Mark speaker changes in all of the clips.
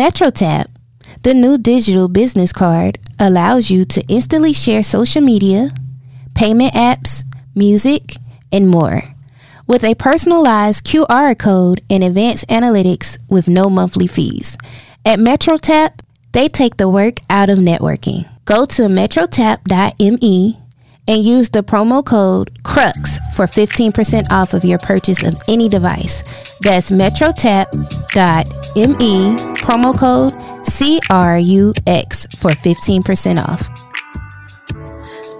Speaker 1: MetroTap, the new digital business card, allows you to instantly share social media, payment apps, music, and more with a personalized QR code and advanced analytics with no monthly fees. At MetroTap, they take the work out of networking. Go to metrotap.me E and use the promo code CRUX for 15% off of your purchase of any device. That's metrotap.me, E, promo code CRUX for 15% off.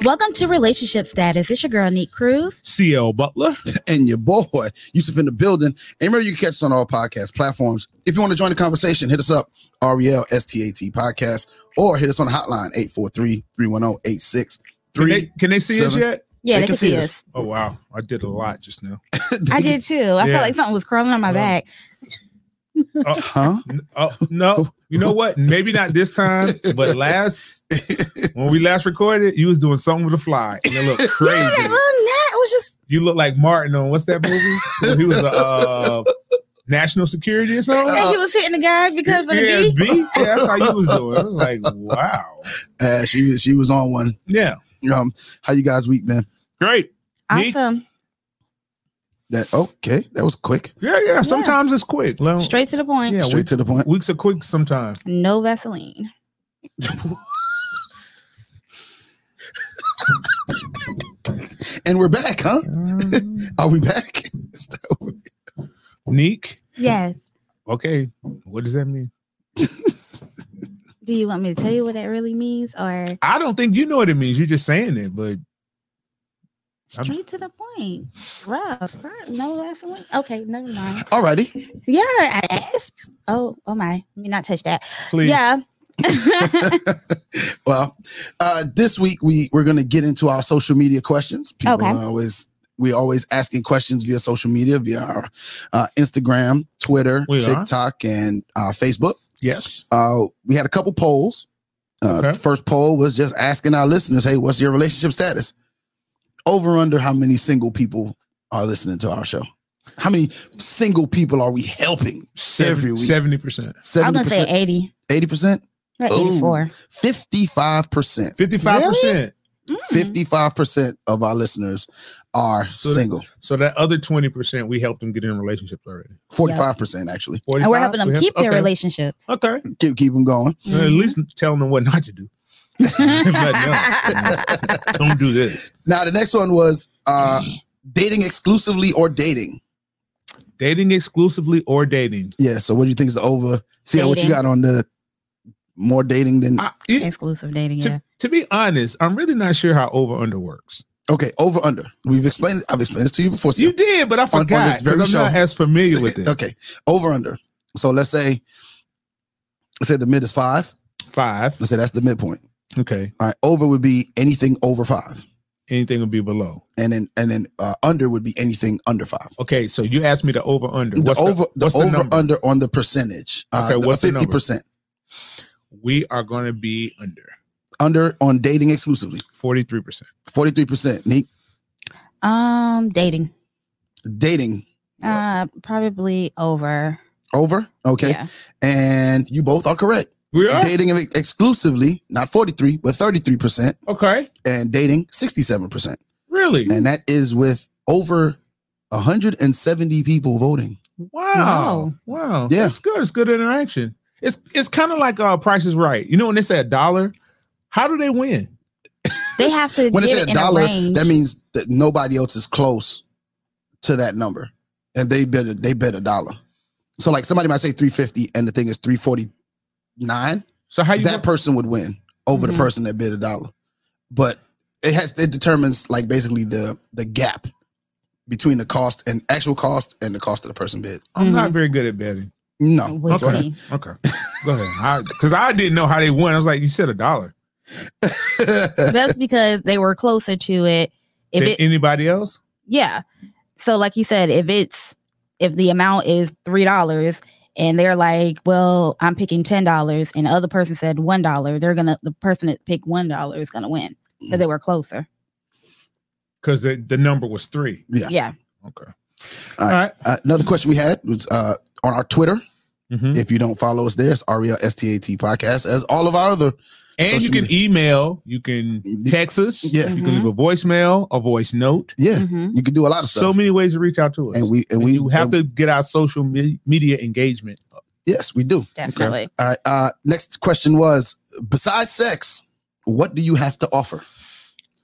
Speaker 1: Welcome to Relationship Status. It's your girl, Neat Cruz.
Speaker 2: CL Butler.
Speaker 3: and your boy Yusuf in the building. And remember, you can catch us on all podcast platforms. If you want to join the conversation, hit us up, E REL STAT podcast, or hit us on the hotline, 843 310
Speaker 2: Can they,
Speaker 3: 8633.
Speaker 2: can they see us
Speaker 3: Seven.
Speaker 2: yet?
Speaker 1: Yeah,
Speaker 3: They can see us.
Speaker 2: Oh wow, I did a lot just now.
Speaker 1: I did too. I
Speaker 2: Yeah.
Speaker 1: felt like something was crawling on my
Speaker 2: Yeah.
Speaker 1: back.
Speaker 3: Huh?
Speaker 2: N- Oh no, you know what? Maybe not this time, but last when we last recorded, you was doing something with a fly, and it looked
Speaker 1: Yeah, that little
Speaker 2: crazy.
Speaker 1: nut was just
Speaker 2: You look like Martin on what's that movie? When he was a uh, national security or something.
Speaker 1: like he was hitting the guy because of the
Speaker 2: yeah,
Speaker 1: beat.
Speaker 2: B. Yeah, that's how you was doing. I was like, wow.
Speaker 3: Uh, she, was- she was on one.
Speaker 2: Yeah,
Speaker 3: Um, how you guys week been?
Speaker 2: great. Neat.
Speaker 1: Awesome.
Speaker 3: That okay? That was quick.
Speaker 2: Yeah, yeah. Sometimes it's quick. Well,
Speaker 1: Straight to the point.
Speaker 2: Yeah,
Speaker 3: Straight
Speaker 2: we-
Speaker 3: to the point.
Speaker 2: weeks are quick sometimes.
Speaker 1: No Vaseline.
Speaker 3: And we're back, huh? Are we back?
Speaker 2: Neek.
Speaker 1: Yes.
Speaker 2: Okay, what does that mean?
Speaker 1: Do you want me to tell you what that really means or
Speaker 2: I don't think you know what it means. You're just saying it, but I'm-
Speaker 1: straight to the point? Rough. Rough. No Vaseline. Okay, never mind.
Speaker 3: Alrighty.
Speaker 1: Yeah, I asked. Oh, oh my. Let me not touch that.
Speaker 2: please.
Speaker 1: Yeah.
Speaker 3: Well, uh, this week we we're gonna get into our social media questions. People
Speaker 1: Okay.
Speaker 3: are always we always asking questions via social media, via our uh, Instagram, Twitter,
Speaker 2: We are.
Speaker 3: TikTok, and uh, Facebook.
Speaker 2: Yes.
Speaker 3: Uh, we had a couple polls. Uh,
Speaker 2: Okay.
Speaker 3: the First poll was just asking our listeners, "Hey, what's your relationship status?" Over or under how many single people are listening to our show? How many single people are we helping every week?
Speaker 2: Seventy percent.
Speaker 1: I'm
Speaker 3: Seventy
Speaker 1: gonna say
Speaker 3: percent,
Speaker 1: 80.
Speaker 3: eighty percent,
Speaker 1: Not
Speaker 3: Ooh.
Speaker 1: 84.
Speaker 3: fifty-five percent.
Speaker 2: Fifty-five percent.
Speaker 1: Mm.
Speaker 3: 55% of our listeners are
Speaker 2: So-
Speaker 3: single.
Speaker 2: So that other twenty percent, we helped them get in relationships already.
Speaker 3: 45% actually.
Speaker 2: 45?
Speaker 1: And we're helping
Speaker 2: We
Speaker 1: them
Speaker 2: help-
Speaker 1: keep their Mm-hmm.
Speaker 2: okay.
Speaker 1: relationships. Mm.
Speaker 2: Okay.
Speaker 3: Keep, keep them going.
Speaker 2: Well, at least telling them what not to do. But no, don't do this.
Speaker 3: Now, the next one was uh, dating exclusively or dating.
Speaker 2: Dating exclusively or dating.
Speaker 3: Yeah. So, what do you think is the over? See what you
Speaker 1: Dating.
Speaker 3: got on the more dating than.
Speaker 2: I, it,
Speaker 1: Exclusive dating.
Speaker 2: to,
Speaker 1: Yeah.
Speaker 2: to be honest, I'm really not sure how over under works.
Speaker 3: Okay. Over, under. We've explained I've explained this to you before.
Speaker 2: You did, but I
Speaker 3: on
Speaker 2: forgot.
Speaker 3: this very
Speaker 2: 'cause I'm not
Speaker 3: show.
Speaker 2: as familiar with it.
Speaker 3: okay. Over, under. So, let's say, let's say the mid is five.
Speaker 2: Five.
Speaker 3: Let's say that's the midpoint.
Speaker 2: Okay.
Speaker 3: All right. Over would be anything over five.
Speaker 2: Anything would be below.
Speaker 3: And then, and then uh, under would be anything under five.
Speaker 2: Okay, so you asked me the over under.
Speaker 3: the
Speaker 2: What's
Speaker 3: over the,
Speaker 2: what's the
Speaker 3: over
Speaker 2: number?
Speaker 3: under on the percentage.
Speaker 2: Okay, what's the number?
Speaker 3: fifty percent
Speaker 2: We are going to be under
Speaker 3: under on dating exclusively?
Speaker 2: 43%.
Speaker 3: Forty three percent. Neat
Speaker 1: Um, dating.
Speaker 3: dating
Speaker 1: Uh, probably over.
Speaker 3: over. Okay,
Speaker 1: Yeah.
Speaker 3: and you both are correct.
Speaker 2: We are?
Speaker 3: Dating ex- exclusively, not forty three, but thirty three percent,
Speaker 2: Okay.
Speaker 3: and dating sixty seven percent,
Speaker 2: Really?
Speaker 3: and that is with over. 170 people voting.
Speaker 2: Wow. Wow.
Speaker 3: Yeah.
Speaker 2: That's good. It's good interaction. It's it's kind of like uh Price is Right. You know when they say a dollar, how do they win?
Speaker 1: They have to
Speaker 3: When
Speaker 1: give
Speaker 3: it's
Speaker 1: it
Speaker 3: a
Speaker 1: in
Speaker 3: dollar,
Speaker 1: a range.
Speaker 3: that means that nobody else is close to that number, and they bet they bet a dollar. So like somebody might say 350, and the thing is 349.
Speaker 2: So how you
Speaker 3: that person would win over
Speaker 1: Mhm.
Speaker 3: the person that bid a dollar. But it has it determines like basically the the gap between the cost and actual cost and the cost of the person bid.
Speaker 2: I'm not very good at betting.
Speaker 3: No.
Speaker 1: Would
Speaker 2: Okay.
Speaker 1: be.
Speaker 2: Okay. Go ahead. Because I, didn't know how they won. I was like, you said a dollar.
Speaker 1: That's because they were closer to it. If
Speaker 2: Did
Speaker 1: it,
Speaker 2: anybody else?
Speaker 1: yeah. So, like you said, if it's if the amount is three dollars, and they're like, "Well, I'm picking ten dollars," and the other person said one dollar, they're gonna the person that picked one dollar is gonna win because they were closer.
Speaker 2: Because the, the number was three.
Speaker 3: Yeah.
Speaker 1: Yeah.
Speaker 2: Okay.
Speaker 3: All
Speaker 2: All right.
Speaker 3: Uh, another question we had was uh, on our Twitter.
Speaker 2: Mhm.
Speaker 3: If you don't follow us there, it's E Ariel STAT Podcast, as all of our other.
Speaker 2: And you
Speaker 3: social
Speaker 2: can email, you can text us,
Speaker 3: Yeah.
Speaker 2: you can leave a
Speaker 4: Mm-hmm.
Speaker 2: voicemail, a voice note.
Speaker 3: Yeah,
Speaker 1: Mhm.
Speaker 3: you can do a lot of stuff.
Speaker 2: So many ways to reach out to us.
Speaker 3: and we and
Speaker 2: And
Speaker 3: we
Speaker 2: you have
Speaker 3: and-
Speaker 2: to get our social me- media engagement.
Speaker 3: Yes, we do.
Speaker 1: Definitely.
Speaker 3: All right. Uh, next question was: Besides sex, what do you have to offer?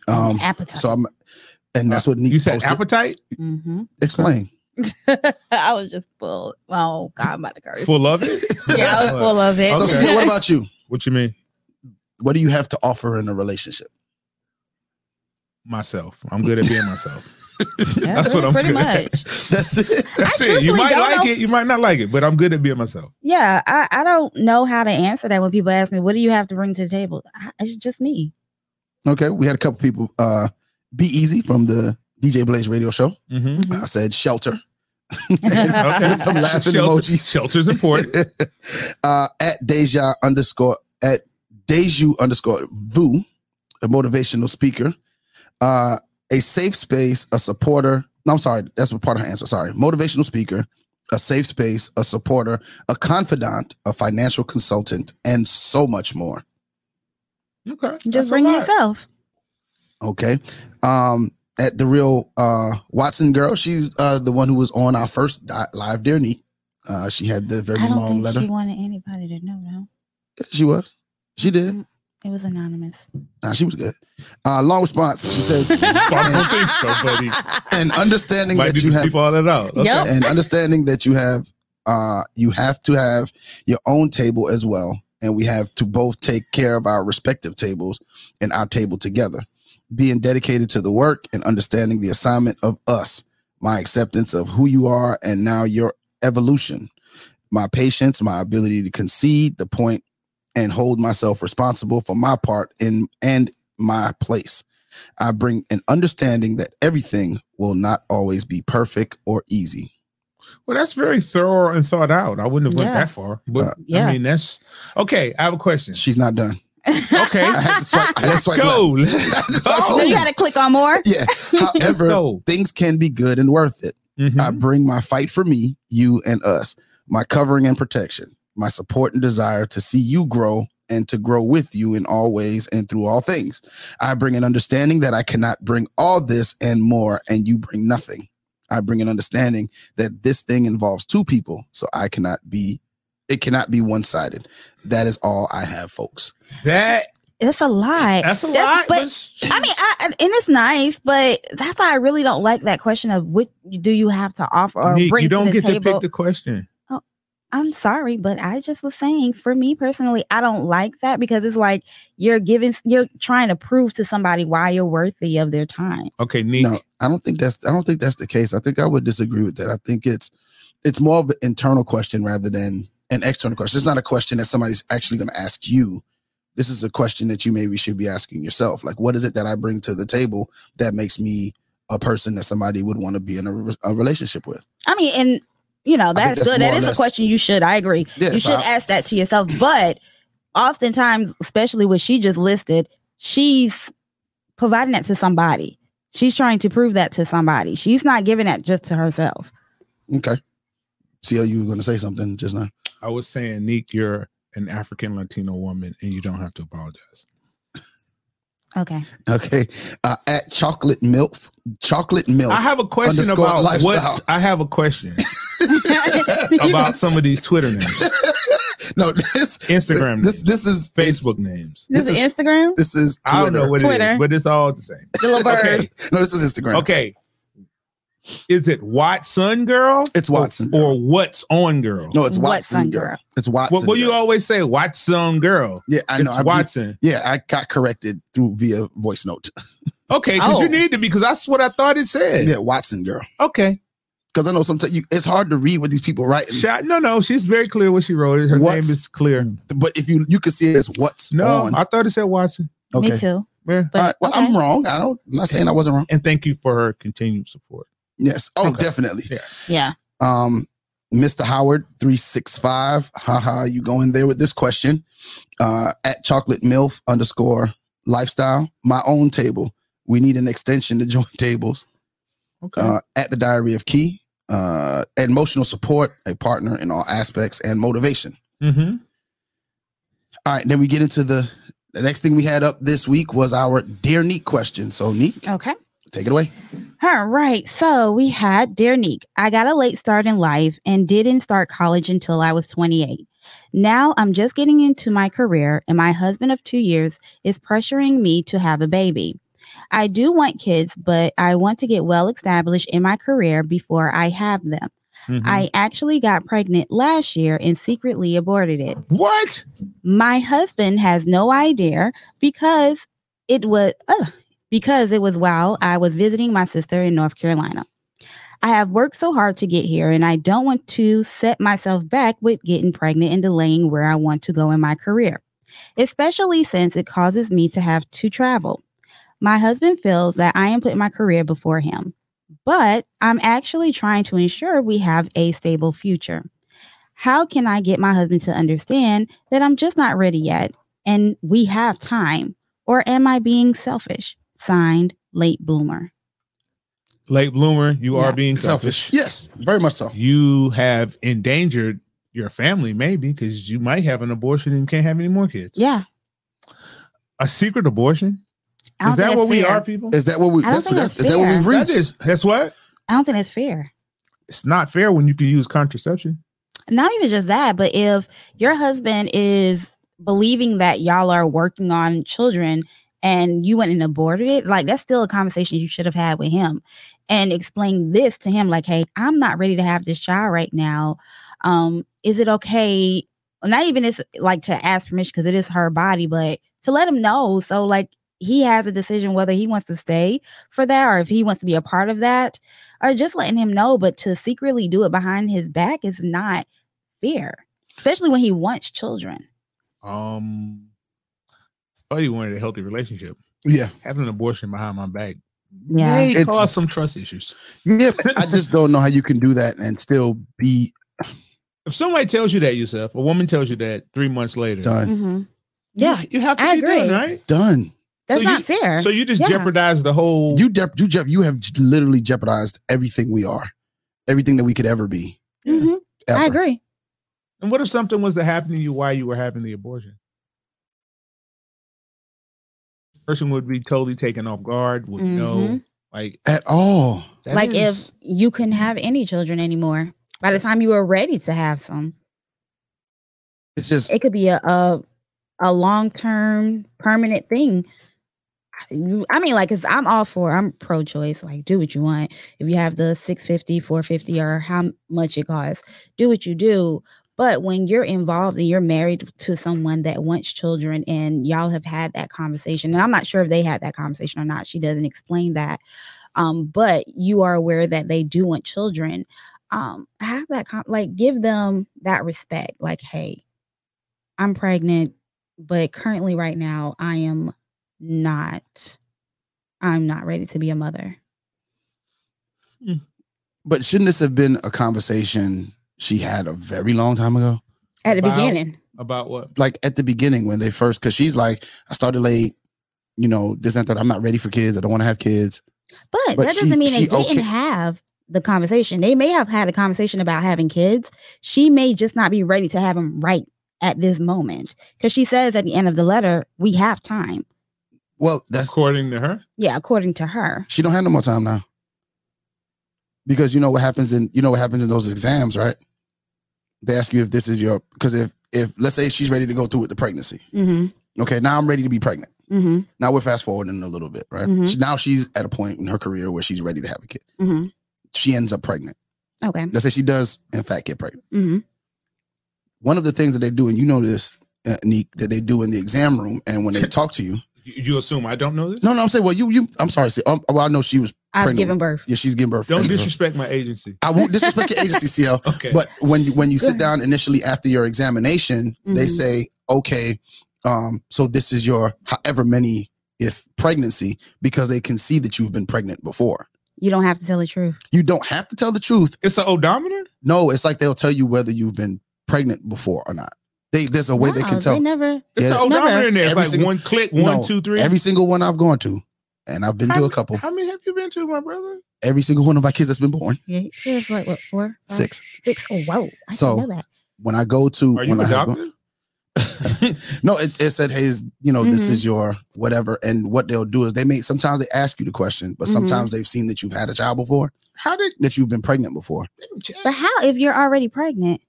Speaker 4: Oh,
Speaker 3: Um,
Speaker 4: appetite.
Speaker 3: so I'm, and that's what Nick
Speaker 2: You said
Speaker 3: posted.
Speaker 2: appetite,
Speaker 1: Mm-hmm.
Speaker 4: Mhm.
Speaker 3: Explain.
Speaker 4: I was just full. Oh God, I'm about to curse.
Speaker 2: full of it.
Speaker 4: Yeah, I was full of it.
Speaker 3: So,
Speaker 2: Okay.
Speaker 3: Sia, what about you?
Speaker 2: What you mean?
Speaker 3: What do you have to offer in a relationship?
Speaker 2: Myself. I'm good at being myself.
Speaker 4: Yeah,
Speaker 2: That's what I'm
Speaker 4: pretty
Speaker 2: good at.
Speaker 4: much.
Speaker 3: That's it.
Speaker 2: That's
Speaker 4: I
Speaker 2: it. You
Speaker 4: truthfully
Speaker 2: might
Speaker 4: don't
Speaker 2: like
Speaker 4: know-
Speaker 2: it, you might not like it, but I'm good at being myself.
Speaker 4: Yeah, I, I don't know how to answer that when people ask me, "What do you have to bring to the table?" I, it's just me.
Speaker 3: Okay, we had a couple people. Uh, Be easy from the DJ Blaze Radio Show.
Speaker 2: Mm-hmm.
Speaker 3: I said shelter.
Speaker 2: Okay.
Speaker 3: Some laughing emojis.
Speaker 2: Shelter's important.
Speaker 3: uh, at Deja underscore at Deju underscore Vu, a motivational speaker, uh, a safe space, a supporter. No, I'm sorry, that's part of her answer. Sorry, motivational speaker, a safe space, a supporter, a confidant, a financial consultant, and so much more.
Speaker 2: Okay.
Speaker 4: Just
Speaker 2: That's a
Speaker 4: bring
Speaker 2: lot.
Speaker 4: yourself.
Speaker 3: Okay, um, at the real uh, Watson girl, she's uh, the one who was on our first di- live, dear Neat. Uh, she had the very
Speaker 4: I don't
Speaker 3: long
Speaker 4: think
Speaker 3: letter.
Speaker 4: she wanted anybody to know. No,
Speaker 3: she was. She did.
Speaker 4: it was anonymous.
Speaker 3: Nah, she was good. Uh, long response. She says,
Speaker 2: I don't think so, buddy.
Speaker 3: and understanding
Speaker 2: Might
Speaker 3: that
Speaker 2: need
Speaker 3: you
Speaker 2: to
Speaker 3: have,
Speaker 2: keep all that out. Okay.
Speaker 4: Yep.
Speaker 3: and understanding that you have, uh, you have to have your own table as well, and we have to both take care of our respective tables and our table together. Being dedicated to the work and understanding the assignment of us, my acceptance of who you are, and now your evolution, my patience, my ability to concede the point, and hold myself responsible for my part in and my place. I bring an understanding that everything will not always be perfect or easy.
Speaker 2: Well, that's very thorough and thought out. I wouldn't have went
Speaker 4: Yeah.
Speaker 2: that far. But
Speaker 3: Uh,
Speaker 4: Yeah.
Speaker 2: I mean, that's okay. I have a question.
Speaker 3: She's not done.
Speaker 2: Okay.
Speaker 3: I had to swipe. I had to
Speaker 2: Let's
Speaker 3: swipe
Speaker 2: go.
Speaker 3: left.
Speaker 2: Let's
Speaker 4: So you
Speaker 2: go.
Speaker 4: got to click on more.
Speaker 3: Yeah.
Speaker 2: Let's
Speaker 3: However,
Speaker 2: go.
Speaker 3: things can be good and worth it.
Speaker 2: Mhm.
Speaker 3: I bring my fight for me, you, and us, my covering and protection, my support and desire to see you grow and to grow with you in all ways and through all things. I bring an understanding that I cannot bring all this and more, and you bring nothing. I bring an understanding that this thing involves two people, so I cannot be, it cannot be one sided. That is all I have, folks.
Speaker 2: That
Speaker 4: It's a lie.
Speaker 2: that's a
Speaker 4: That's-
Speaker 2: lot.
Speaker 4: but-
Speaker 2: but-
Speaker 4: I mean, I, and it's nice, but that's why I really don't like that question of what do you have to offer or
Speaker 2: Nick,
Speaker 4: bring
Speaker 2: you don't
Speaker 4: to the
Speaker 2: get to
Speaker 4: table.
Speaker 2: pick the question.
Speaker 4: I'm sorry, but I just was saying, for me personally, I don't like that because it's like you're giving, you're trying to prove to somebody why you're worthy of their time.
Speaker 2: Okay, Nick.
Speaker 3: No, I don't think that's I don't think that's the case. I think I would disagree with that. I think it's it's more of an internal question rather than an external question. It's not a question that somebody's actually going to ask you. This is a question that you maybe should be asking yourself. Like, what is it that I bring to the table that makes me a person that somebody would want to be in a, re- a relationship with?
Speaker 4: I mean, and you know,
Speaker 3: think
Speaker 4: that's,
Speaker 3: that's
Speaker 4: good.
Speaker 3: more
Speaker 4: That
Speaker 3: or
Speaker 4: is
Speaker 3: less-
Speaker 4: a question you should, I agree.
Speaker 3: Yeah,
Speaker 4: you
Speaker 3: so
Speaker 4: should
Speaker 3: I-
Speaker 4: ask that to yourself. But oftentimes, especially what she just listed, she's providing that to somebody. She's trying to prove that to somebody. She's not giving that just to herself.
Speaker 3: okay. See how you were going to say something just now.
Speaker 2: I was saying, Nick, you're an African Latino woman, and you don't have to apologize.
Speaker 4: Okay.
Speaker 3: Okay. Uh, at chocolate milk, chocolate milk.
Speaker 2: I have a question
Speaker 3: Underscore
Speaker 2: about
Speaker 3: lifestyle.
Speaker 2: what I have a question about some of these Twitter names,
Speaker 3: no, this
Speaker 2: Instagram
Speaker 3: This
Speaker 2: names,
Speaker 3: this is
Speaker 2: Facebook names.
Speaker 4: This,
Speaker 3: This
Speaker 4: is, Instagram.
Speaker 3: This is Twitter.
Speaker 2: I don't know what it
Speaker 4: Twitter.
Speaker 2: is, but it's all the same.
Speaker 4: The little bird.
Speaker 2: Okay.
Speaker 3: No, this is Instagram.
Speaker 2: Okay. Is it Watson girl?
Speaker 3: It's Watson.
Speaker 2: Or, or what's on girl?
Speaker 3: No, it's
Speaker 4: Watson
Speaker 3: Watson, girl.
Speaker 4: girl.
Speaker 3: It's Watson.
Speaker 2: What, what you
Speaker 3: girl.
Speaker 2: always say? Watson girl.
Speaker 3: Yeah, I
Speaker 2: It's
Speaker 3: know. I be-
Speaker 2: Watson.
Speaker 3: yeah, I got corrected through via voice note.
Speaker 2: okay, because
Speaker 4: Oh.
Speaker 2: you need to because that's what I thought it said.
Speaker 3: Yeah, Watson girl.
Speaker 2: Okay.
Speaker 3: Because I know sometimes you, it's hard to read what these people write.
Speaker 2: Shot. No, no, she's very clear what she wrote. Her
Speaker 3: What's-
Speaker 2: name is clear.
Speaker 3: But if you you can see it as what's
Speaker 2: No,
Speaker 3: on.
Speaker 2: I thought it said Watson.
Speaker 3: okay.
Speaker 4: Me too.
Speaker 2: Yeah.
Speaker 4: But
Speaker 3: All right. Well,
Speaker 4: okay.
Speaker 3: I'm wrong. I don't. I'm not saying I wasn't wrong.
Speaker 2: And thank you for her continued support.
Speaker 3: Yes. Oh,
Speaker 2: Okay.
Speaker 3: definitely.
Speaker 2: Yes.
Speaker 4: yeah.
Speaker 3: Um, Mr. Howard three six five. Haha, you go in there with this question. Uh, at chocolate milf underscore lifestyle. My own table. We need an extension to join tables.
Speaker 2: Okay.
Speaker 3: uh, at the Uh, Diary of Key, uh, emotional support, a partner in all aspects, and motivation.
Speaker 2: Mm-hmm.
Speaker 3: All right, then we get into the the next thing we had up this week was our dear Neek question. So Neek,
Speaker 4: Okay.
Speaker 3: take it away.
Speaker 4: All right. So we had Dear Neek, I got a late start in life and didn't start college until I was 28. Now I'm just getting into my career, and my husband of two years is pressuring me to have a baby. I do want kids, but I want to get well established in my career before I have them.
Speaker 2: Mm-hmm.
Speaker 4: I actually got pregnant last year and secretly aborted it.
Speaker 2: what?
Speaker 4: My husband has no idea because it was uh, because it was while I was visiting my sister in North Carolina. I have worked so hard to get here and I don't want to set myself back with getting pregnant and delaying where I want to go in my career, especially since it causes me to have to travel. My husband feels that I am putting my career before him, but I'm actually trying to ensure we have a stable future. How can I get my husband to understand that I'm just not ready yet and we have time? Or am I being selfish? Signed, late bloomer.
Speaker 2: Late bloomer, you
Speaker 4: Yeah.
Speaker 2: are being
Speaker 3: Selfish.
Speaker 2: selfish.
Speaker 3: Yes, very much so.
Speaker 2: You have endangered your family, maybe, because you might have an abortion and can't have any more kids.
Speaker 4: Yeah.
Speaker 2: A secret abortion?
Speaker 4: I don't
Speaker 2: Is that
Speaker 4: think
Speaker 2: what
Speaker 4: that's
Speaker 2: we
Speaker 4: fair.
Speaker 2: are, people?
Speaker 3: Is that what we?
Speaker 4: I don't
Speaker 3: That's,
Speaker 4: think
Speaker 3: that's,
Speaker 4: that's
Speaker 3: is that what
Speaker 4: fair.
Speaker 3: we've
Speaker 2: That
Speaker 3: reached?
Speaker 2: is, that's what?
Speaker 4: I don't think that's fair.
Speaker 2: It's not fair when you can use contraception.
Speaker 4: Not even just that, but if your husband is believing that y'all are working on children and you went and aborted it, like that's still a conversation you should have had with him and explain this to him like, hey, I'm not ready to have this child right now. Um, is it okay? Not even it's like to ask permission because it is her body, but to let him know. So like he has a decision whether he wants to stay for that or if he wants to be a part of that or just letting him know, but to secretly do it behind his back is not fair, especially when he wants children.
Speaker 2: Um, I thought you wanted a healthy relationship.
Speaker 3: Yeah,
Speaker 2: Having an abortion behind my back
Speaker 4: Yeah.
Speaker 2: may
Speaker 3: It's-
Speaker 2: cause some trust issues.
Speaker 3: yeah. I just don't know how you can do that and still be
Speaker 2: If somebody tells you that, yourself, a woman tells you that three months later,
Speaker 3: done.
Speaker 4: Yeah,
Speaker 2: you have to
Speaker 4: I
Speaker 2: be done,
Speaker 4: agree.
Speaker 2: right?
Speaker 3: Done.
Speaker 4: that's
Speaker 2: So
Speaker 4: not
Speaker 2: you-
Speaker 4: fair.
Speaker 2: So you just
Speaker 4: Yeah.
Speaker 2: jeopardize the whole.
Speaker 3: You dep you Jeff. You have j- literally jeopardized everything we are, everything that we could ever be.
Speaker 4: Mhm.
Speaker 3: Ever.
Speaker 4: I agree.
Speaker 2: and what if something was to happen to you while you were having the abortion? Person would be totally taken off guard. Would know,
Speaker 4: Mhm.
Speaker 2: like,
Speaker 3: At all.
Speaker 2: that
Speaker 4: like
Speaker 2: is-
Speaker 4: if you couldn't have any children anymore by the time you were ready to have some,
Speaker 3: It's just
Speaker 4: it could be a a, a long term permanent thing. You- I mean, like, cause I'm all for, I'm pro choice. Like, do what you want. If you have the 650, 450, or how much it costs, do what you do. But when you're involved and you're married to someone that wants children and y'all have had that conversation, and I'm not sure if they had that conversation or not, she doesn't explain that. Um, but you are aware that they do want children. Um, have that, con- like, give them that respect. Like, hey, I'm pregnant, but currently right now I am not I'm not ready to be a mother.
Speaker 3: But shouldn't this have been a conversation she had a very long time ago?
Speaker 4: At the
Speaker 2: About-
Speaker 4: beginning.
Speaker 2: about what?
Speaker 3: Like at the beginning when they first, because she's like, I started late, you know, this and that. I'm not ready for kids. I don't want to have kids.
Speaker 4: But,
Speaker 3: But
Speaker 4: that
Speaker 3: she-
Speaker 4: doesn't mean they
Speaker 3: she
Speaker 4: didn't
Speaker 3: okay-
Speaker 4: have the conversation. They may have had a conversation about having kids. She may just not be ready to have them right at this moment. Because she says at the end of the letter, we have time.
Speaker 3: Well, that's
Speaker 2: According to her,
Speaker 4: Yeah, according to her.
Speaker 3: she don't have no more time now. Because you know what happens in you know what happens in those exams, right? They ask you if this is your because if if let's say she's ready to go through with the pregnancy.
Speaker 4: Mm-hmm.
Speaker 3: Okay, now I'm ready to be pregnant.
Speaker 4: Mm-hmm.
Speaker 3: Now we're fast forwarding a little bit, right?
Speaker 4: Mhm.
Speaker 3: She- now she's at a point in her career where she's ready to have a kid.
Speaker 4: Mm-hmm.
Speaker 3: She ends up pregnant.
Speaker 4: Okay.
Speaker 3: Let's say she does in fact get pregnant.
Speaker 4: Mm-hmm.
Speaker 3: one of the things that they do, and you know this, uh, Neek, that they do in the exam room, and when they talk to you,
Speaker 2: you, you assume I don't know this.
Speaker 3: no, no, I'm saying, well, you, you, I'm sorry, see, um, well, I know she was,
Speaker 4: I've
Speaker 3: Pregnant.
Speaker 4: given birth.
Speaker 3: yeah, she's giving birth.
Speaker 2: Don't disrespect my agency.
Speaker 3: I won't disrespect your agency, CL.
Speaker 2: Okay,
Speaker 3: But when you when you
Speaker 4: Go
Speaker 3: sit
Speaker 4: ahead.
Speaker 3: down initially after your examination, they
Speaker 4: Mhm.
Speaker 3: say, okay, um, so this is your however many if pregnancy because they can see that you've been pregnant before.
Speaker 4: You don't have to tell the truth.
Speaker 3: You don't have to tell the truth.
Speaker 2: it's an odometer.
Speaker 3: No, it's like they'll tell you whether you've been pregnant before or not. They there's a way they
Speaker 4: Wow,
Speaker 3: can tell.
Speaker 4: They never
Speaker 2: It's
Speaker 3: Yeah.
Speaker 2: an odometer
Speaker 4: Never.
Speaker 2: in there. It's
Speaker 3: Every
Speaker 2: like
Speaker 3: single-
Speaker 2: one click,
Speaker 3: No,
Speaker 2: one, two, three.
Speaker 3: Every single one I've gone to, and I've been to a couple.
Speaker 2: How many have you been to, my brother?
Speaker 3: every single one of my kids that's been born.
Speaker 4: Yeah, there's like what four, five,
Speaker 3: Six.
Speaker 4: six. Oh, whoa! I
Speaker 3: So-
Speaker 4: didn't know that.
Speaker 3: When I go to
Speaker 2: Are
Speaker 3: when
Speaker 2: you
Speaker 3: I have-
Speaker 2: adopted?
Speaker 3: no, it, it said, "Hey, is- you know, this
Speaker 4: Mm-hmm.
Speaker 5: Mhm.
Speaker 3: is your whatever." And what they'll do is they may sometimes they ask you the question, but
Speaker 4: Mm-hmm.
Speaker 5: Mhm.
Speaker 3: sometimes they've seen that you've had a child before,
Speaker 2: How did
Speaker 3: that you've been pregnant before.
Speaker 5: But how if you're already pregnant?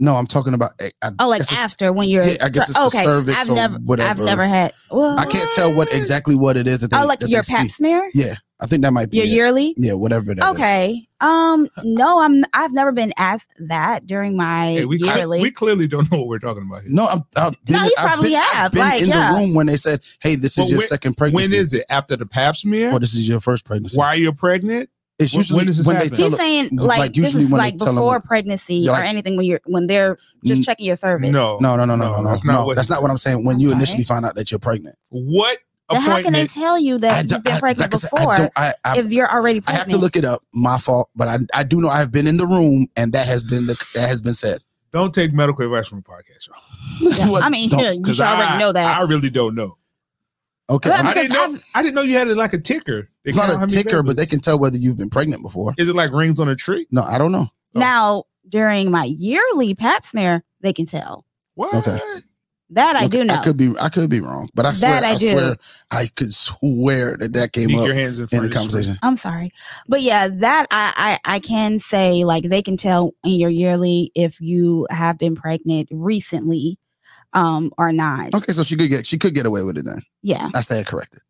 Speaker 3: No, I'm talking about. eh, I, I
Speaker 4: Oh, like
Speaker 3: guess it's-
Speaker 4: after when you're.
Speaker 3: yeah, I guess it's the
Speaker 4: okay,
Speaker 3: cervix
Speaker 4: I've
Speaker 3: or
Speaker 4: never, I've
Speaker 3: whatever.
Speaker 4: never had. Well,
Speaker 3: I can't tell what exactly what it is that they.
Speaker 4: Oh, like
Speaker 3: that
Speaker 4: your
Speaker 3: they
Speaker 4: Pap
Speaker 3: see.
Speaker 4: smear,
Speaker 3: I think that might be
Speaker 4: your
Speaker 3: it.
Speaker 4: yearly.
Speaker 3: Yeah, whatever that is.
Speaker 4: Okay. Um. No, I'm. I've never been asked that during my
Speaker 2: Hey, we, cle-
Speaker 4: yearly.
Speaker 2: we clearly don't know what we're talking about here.
Speaker 3: No, I'm. I've been,
Speaker 4: you
Speaker 3: I've
Speaker 4: probably
Speaker 3: been, I've
Speaker 4: have,
Speaker 3: been
Speaker 4: like,
Speaker 3: in
Speaker 4: yeah.
Speaker 3: the room when they said, "Hey, this is
Speaker 2: But
Speaker 3: your
Speaker 2: when-
Speaker 3: second pregnancy."
Speaker 2: When is it? After the pap smear?
Speaker 3: Or this is your first pregnancy.
Speaker 2: While you're pregnant?
Speaker 3: It's
Speaker 2: when-
Speaker 3: usually
Speaker 2: when
Speaker 3: when,
Speaker 2: does this
Speaker 3: they
Speaker 2: happen?
Speaker 3: tell
Speaker 4: He's
Speaker 3: them.
Speaker 4: saying
Speaker 3: like,
Speaker 4: like, this
Speaker 3: usually
Speaker 4: is
Speaker 3: when they
Speaker 4: like
Speaker 3: tell 'em
Speaker 4: before
Speaker 3: what-
Speaker 4: pregnancy
Speaker 3: Yeah,
Speaker 4: or
Speaker 3: like-
Speaker 4: anything when you're when they're just
Speaker 3: Mm.
Speaker 4: checking your cervix.
Speaker 2: No.
Speaker 3: No, no, no, no,
Speaker 2: Oh, No,
Speaker 3: no, no.
Speaker 2: that's
Speaker 3: That's
Speaker 2: not
Speaker 3: not,
Speaker 2: what-
Speaker 3: that's not what I'm saying. When you
Speaker 4: Okay.
Speaker 3: initially find out that you're pregnant,
Speaker 2: What
Speaker 4: Then how can they
Speaker 2: appointment?
Speaker 4: tell you
Speaker 3: I
Speaker 4: that
Speaker 3: don't-
Speaker 4: you've been
Speaker 3: I-
Speaker 4: pregnant
Speaker 3: like I said, I
Speaker 4: before
Speaker 3: don't- I, I,
Speaker 4: if you're already
Speaker 3: I
Speaker 4: pregnant?
Speaker 3: have to look it up. My fault, but I, I do know I have been in the room and that has been the that has been said.
Speaker 2: Don't take medical advice from the podcast, y'all.
Speaker 4: Yeah,
Speaker 3: What-
Speaker 4: I mean,
Speaker 3: don't-
Speaker 4: you
Speaker 2: Because
Speaker 4: should already
Speaker 2: I-
Speaker 4: know that.
Speaker 2: I really don't know.
Speaker 3: okay,
Speaker 4: Well,
Speaker 3: I'm-
Speaker 2: I didn't
Speaker 4: because
Speaker 2: know. I didn't know you had it like a ticker. They
Speaker 3: it's not
Speaker 2: count how
Speaker 3: a
Speaker 2: many
Speaker 3: ticker, but they
Speaker 2: babies.
Speaker 3: can tell whether you've been pregnant before.
Speaker 2: Is it like rings on a tree?
Speaker 3: No, I don't know.
Speaker 2: Oh.
Speaker 4: Now, during my yearly pap smear, they can tell.
Speaker 2: What?
Speaker 3: Okay.
Speaker 4: That I
Speaker 3: Look,
Speaker 4: do know.
Speaker 3: I could be I could be wrong, but I swear
Speaker 4: That I
Speaker 3: I,
Speaker 4: do.
Speaker 3: swear I could swear that that came
Speaker 2: Keep
Speaker 3: up
Speaker 2: your hands in,
Speaker 3: in
Speaker 2: front
Speaker 3: the
Speaker 2: of
Speaker 3: conversation.
Speaker 4: I'm sorry. But yeah, that I, I I can say like they can tell in your yearly if you have been pregnant recently um or not.
Speaker 3: Okay, so she could get she could get away with it then.
Speaker 4: Yeah.
Speaker 3: I stand corrected.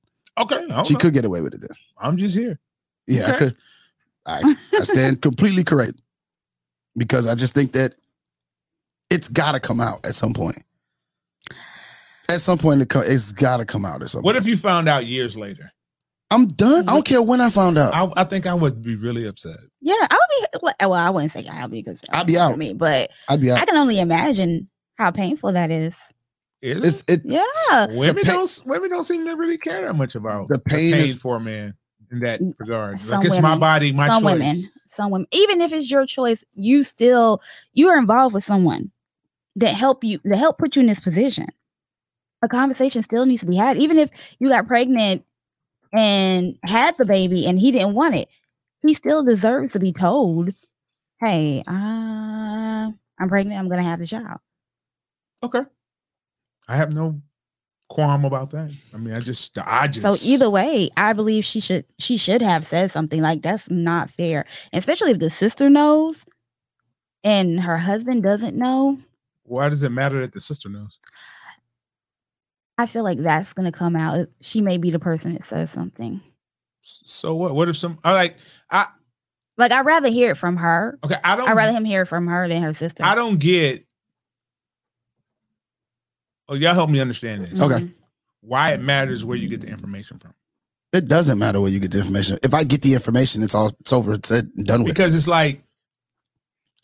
Speaker 2: Okay. I don't
Speaker 3: She
Speaker 2: know.
Speaker 3: could get away with it then.
Speaker 2: I'm just here.
Speaker 3: Yeah,
Speaker 2: Okay.
Speaker 3: I could. I, I stand completely correct because I just think that it's got to come out at some point. At some point, it co- it's got to come out at some
Speaker 2: What
Speaker 3: point.
Speaker 2: if you found out years later?
Speaker 3: I'm done? I don't care when I found out.
Speaker 2: I, I think I would be really upset.
Speaker 4: Yeah, I would be well, I wouldn't say I'll be because
Speaker 3: I'll be
Speaker 4: for
Speaker 3: out.
Speaker 4: me, but
Speaker 3: I'd be
Speaker 4: I
Speaker 3: out.
Speaker 4: can only imagine how painful that is.
Speaker 2: Is
Speaker 3: It's, it,
Speaker 4: Yeah.
Speaker 2: it? Women
Speaker 3: the pain-
Speaker 2: don't. Women don't seem to really care that much about
Speaker 3: the pain,
Speaker 2: paid
Speaker 3: is
Speaker 2: for a man in that
Speaker 4: Some
Speaker 2: regard.
Speaker 4: women.
Speaker 2: Like it's my body, my
Speaker 4: some
Speaker 2: choice.
Speaker 4: women. Some women. Even if it's your choice, you still you are involved with someone that help you that help put you in this position. A conversation still needs to be had. Even if you got pregnant and had the baby and he didn't want it, he still deserves to be told, Hey, uh, I'm pregnant, I'm gonna have the child.
Speaker 2: Okay. I have no qualm about that. I mean, I just, I just.
Speaker 4: So either way, I believe she should she should have said something like that's not fair, especially if the sister knows and her husband doesn't know.
Speaker 2: why does it matter that the sister knows?
Speaker 4: I feel like that's gonna come out. She may be the person that says something.
Speaker 2: So what? What if some? I like.
Speaker 4: Like I'd rather hear it from her.
Speaker 2: Okay, I don't.
Speaker 4: I'd rather him hear it from her than her sister.
Speaker 2: I don't get. Oh, y'all help me understand this.
Speaker 3: Okay.
Speaker 4: Mhm.
Speaker 2: Why it matters where you get the information from?
Speaker 3: it doesn't matter where you get the information. If I get the information, it's all it's over. It's said and done with.
Speaker 2: Because it's like,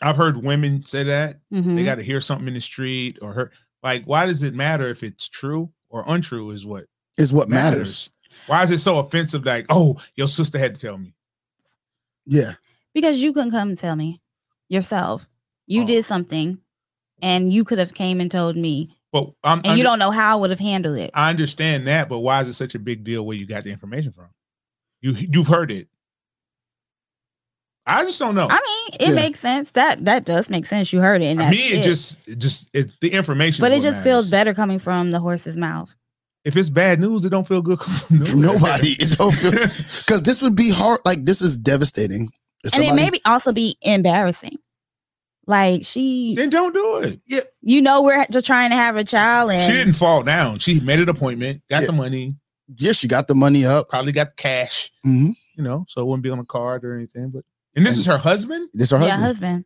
Speaker 2: I've heard women say that they
Speaker 4: Mhm.
Speaker 2: got to hear something in the street or hear. Like, why does it matter if it's true or untrue? Is what
Speaker 3: Is what matters.
Speaker 2: matters. Why is it so offensive? Like, oh, your sister had to tell me.
Speaker 3: Yeah.
Speaker 4: because you couldn't come and tell me yourself. You
Speaker 2: Oh.
Speaker 4: did something, and you could have came and told me,
Speaker 2: But I'm.
Speaker 4: and you don't know how I would have handled it.
Speaker 2: I understand that, but why is it such a big deal where you got the information from? You you've heard it. I just don't know.
Speaker 4: I mean, it
Speaker 3: Yeah.
Speaker 4: makes sense. That that does make sense. You heard it. And
Speaker 2: I
Speaker 4: that's
Speaker 2: mean, it, just it just it's the information.
Speaker 4: but
Speaker 2: is
Speaker 4: it
Speaker 2: what
Speaker 4: just feels
Speaker 2: matters.
Speaker 4: better coming from the horse's mouth.
Speaker 2: If it's bad news, it don't feel good. coming
Speaker 3: From
Speaker 2: from
Speaker 3: nobody. It don't feel because this would be hard. Like this is devastating. If
Speaker 4: and it
Speaker 3: somebody-
Speaker 4: may be also be embarrassing. Like she,
Speaker 2: then don't do it.
Speaker 4: you know, we're just trying to have a child, and
Speaker 2: She didn't fall down. She made an appointment, got
Speaker 3: Yeah.
Speaker 2: the money,
Speaker 3: yeah, she got the money up.
Speaker 2: probably got the cash.
Speaker 3: Mhm.
Speaker 2: You know, so it wouldn't be on a card or anything. But and this
Speaker 3: And-
Speaker 2: is her husband.
Speaker 3: This her
Speaker 4: yeah,
Speaker 3: husband.
Speaker 4: husband.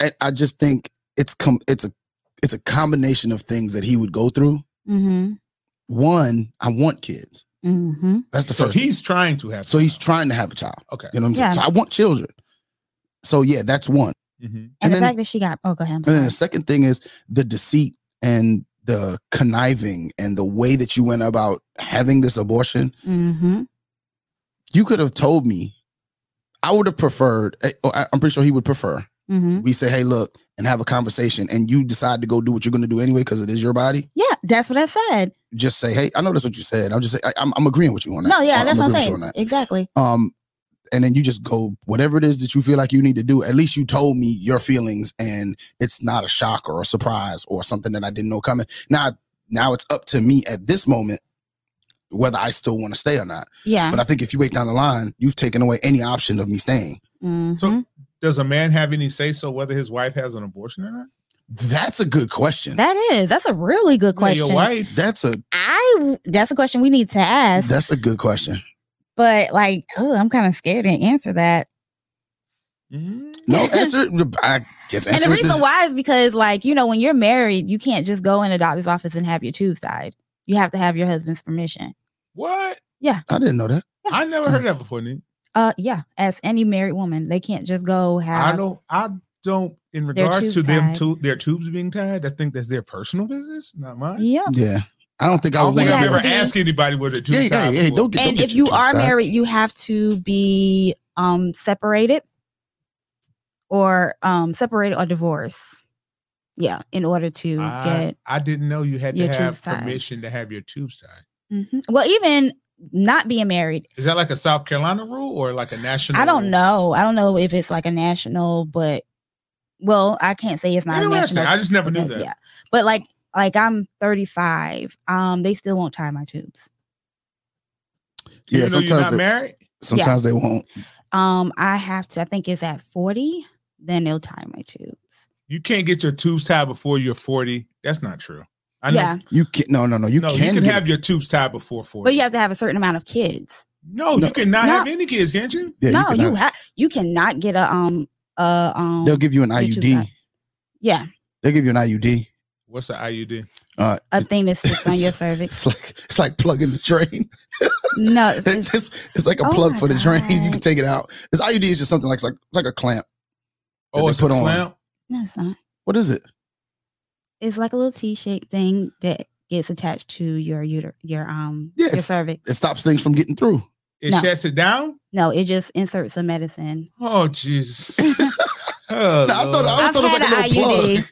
Speaker 3: and I just think it's com- it's a it's a combination of things that he would go through.
Speaker 4: Mm-hmm.
Speaker 3: One, I want kids.
Speaker 4: Mm-hmm.
Speaker 3: That's the
Speaker 2: So
Speaker 3: first. thing.
Speaker 2: he's trying to have.
Speaker 3: so he's
Speaker 2: trying.
Speaker 3: trying to have a child.
Speaker 2: okay.
Speaker 3: You know what I'm saying?
Speaker 4: Yeah.
Speaker 3: So I want children. So yeah, that's one.
Speaker 2: Mhm.
Speaker 4: And,
Speaker 3: And
Speaker 4: the
Speaker 3: then-
Speaker 4: fact that she got oh, go ahead. I'm
Speaker 3: And then the
Speaker 4: sorry.
Speaker 3: second thing is the deceit and the conniving and the way that you went about having this abortion.
Speaker 4: Mhm.
Speaker 3: You could have told me. I would have preferred. eh, oh, I- I'm pretty sure he would prefer.
Speaker 4: Mhm.
Speaker 3: We say, hey, look, and have a conversation, and you decide to go do what you're going to do anyway because it is your body.
Speaker 4: Yeah, that's what I said.
Speaker 3: just say, "Hey, I know that's what you said." I'm just, say- I, I'm, I'm agreeing with you on that.
Speaker 4: No, yeah,
Speaker 3: I'm-
Speaker 4: that's
Speaker 3: I'm
Speaker 4: what I'm
Speaker 3: agreeing
Speaker 4: saying.
Speaker 3: with you on
Speaker 4: Exactly.
Speaker 3: that. Um, and then you just go whatever it is that you feel like you need to do at least you told me your feelings and it's not a shock or a surprise or something that i didn't know coming now now it's up to me at this moment whether i still want to stay or not
Speaker 5: Yeah.
Speaker 3: but i think if you wait down the line you've taken away any option of me staying
Speaker 4: Mm-hmm.
Speaker 5: Mhm.
Speaker 2: So does a man have any say so whether his wife has an abortion or not?
Speaker 3: that's a good question
Speaker 4: That is. That's a really good
Speaker 2: Yeah,
Speaker 4: question.
Speaker 2: your wife.
Speaker 3: that's a
Speaker 4: I w- that's a question we need to ask.
Speaker 3: that's a good question
Speaker 4: but like, oh, I'm kind of scared to answer that.
Speaker 2: Mhm.
Speaker 3: no answer it- i guess
Speaker 4: And
Speaker 3: answer
Speaker 4: the
Speaker 3: it this-
Speaker 4: reason why is because like, you know, when you're married, you can't just go in the doctor's office and have your tubes tied. You have to have your husband's permission.
Speaker 2: What?
Speaker 3: i didn't know that
Speaker 2: I never heard that before, Nick.
Speaker 4: Uh yeah, as any married woman, they can't just go have
Speaker 2: I don't. I don't. In
Speaker 4: Their
Speaker 2: regards
Speaker 4: tubes
Speaker 2: to them,
Speaker 4: tied.
Speaker 2: to their tubes being tied, I think that's their personal business, not mine.
Speaker 4: Yeah.
Speaker 3: yeah i don't think
Speaker 2: I
Speaker 3: i,
Speaker 2: don't
Speaker 3: would
Speaker 2: think
Speaker 3: want
Speaker 2: I've
Speaker 3: to
Speaker 2: ever
Speaker 4: be-
Speaker 2: asked anybody what their tubes
Speaker 3: yeah,
Speaker 2: tied.
Speaker 3: yeah, yeah,
Speaker 2: before.
Speaker 3: don't get
Speaker 4: and
Speaker 3: get
Speaker 4: if you
Speaker 3: your tubes
Speaker 4: are
Speaker 3: tied.
Speaker 4: married, you have to be um separated or um separated or divorced. Yeah, in order to
Speaker 2: I,
Speaker 4: get
Speaker 2: I didn't know you had to
Speaker 4: your
Speaker 2: have
Speaker 4: tubes tied.
Speaker 2: permission to have your tubes tied.
Speaker 4: Mhm. well, even not being married.
Speaker 2: Is that like a South Carolina rule or like a national?
Speaker 4: I don't
Speaker 2: rule?
Speaker 4: know. I don't know if it's like a national, but well, I can't say it's not a
Speaker 2: Interesting.
Speaker 4: national.
Speaker 2: I just never knew
Speaker 4: because-
Speaker 2: that.
Speaker 4: Yeah, but like like I'm 35. Um, they still won't tie my tubes.
Speaker 2: Even
Speaker 3: yeah
Speaker 2: though you're
Speaker 3: sometimes
Speaker 2: not
Speaker 3: they,
Speaker 2: married.
Speaker 3: sometimes they won't
Speaker 4: Um, I have to. I think it's at 40. Then they'll tie my tubes.
Speaker 2: You can't get your tubes tied before you're 40. That's not true. I know.
Speaker 4: Yeah,
Speaker 3: you can no no no you
Speaker 2: no, you
Speaker 3: can
Speaker 2: can
Speaker 3: get
Speaker 2: have your tubes tied before 40.
Speaker 4: but you have to have a certain amount of kids.
Speaker 2: no,
Speaker 3: No.
Speaker 2: you cannot
Speaker 4: No.
Speaker 2: have any kids, can't you?
Speaker 3: yeah,
Speaker 4: no,
Speaker 3: can
Speaker 4: you
Speaker 3: have-
Speaker 4: ha- you cannot get a um a um
Speaker 3: they'll give you an
Speaker 4: your tubes
Speaker 3: iud
Speaker 4: tied. yeah
Speaker 3: they'll give you an iud
Speaker 2: What's an IUD?
Speaker 3: uh
Speaker 4: a thing that sticks on your cervix.
Speaker 3: It's like it's like plugging the drain.
Speaker 4: No,
Speaker 3: It's
Speaker 4: it's,
Speaker 3: just, it's like a
Speaker 4: Oh
Speaker 3: plug
Speaker 4: my
Speaker 3: for the drain. You can
Speaker 4: God.
Speaker 3: take it out. This IUD is just something like it's like it's like a clamp. that
Speaker 2: Oh,
Speaker 3: they
Speaker 2: it's
Speaker 3: put
Speaker 2: a
Speaker 3: on.
Speaker 2: clamp.
Speaker 4: no, it's not.
Speaker 3: What is it?
Speaker 4: It's like a little T-shaped thing that gets attached to your uter- your um
Speaker 3: Yeah,
Speaker 4: your
Speaker 3: it's-
Speaker 4: cervix.
Speaker 3: It stops things from getting through.
Speaker 2: It
Speaker 4: No.
Speaker 2: shuts it down.
Speaker 4: No, it just inserts a medicine.
Speaker 2: Oh, Jesus.
Speaker 3: No, I thought I
Speaker 2: was.
Speaker 3: always
Speaker 4: I've
Speaker 3: thought it was
Speaker 4: had
Speaker 3: like a
Speaker 4: a
Speaker 3: little
Speaker 4: IUD.
Speaker 3: plug.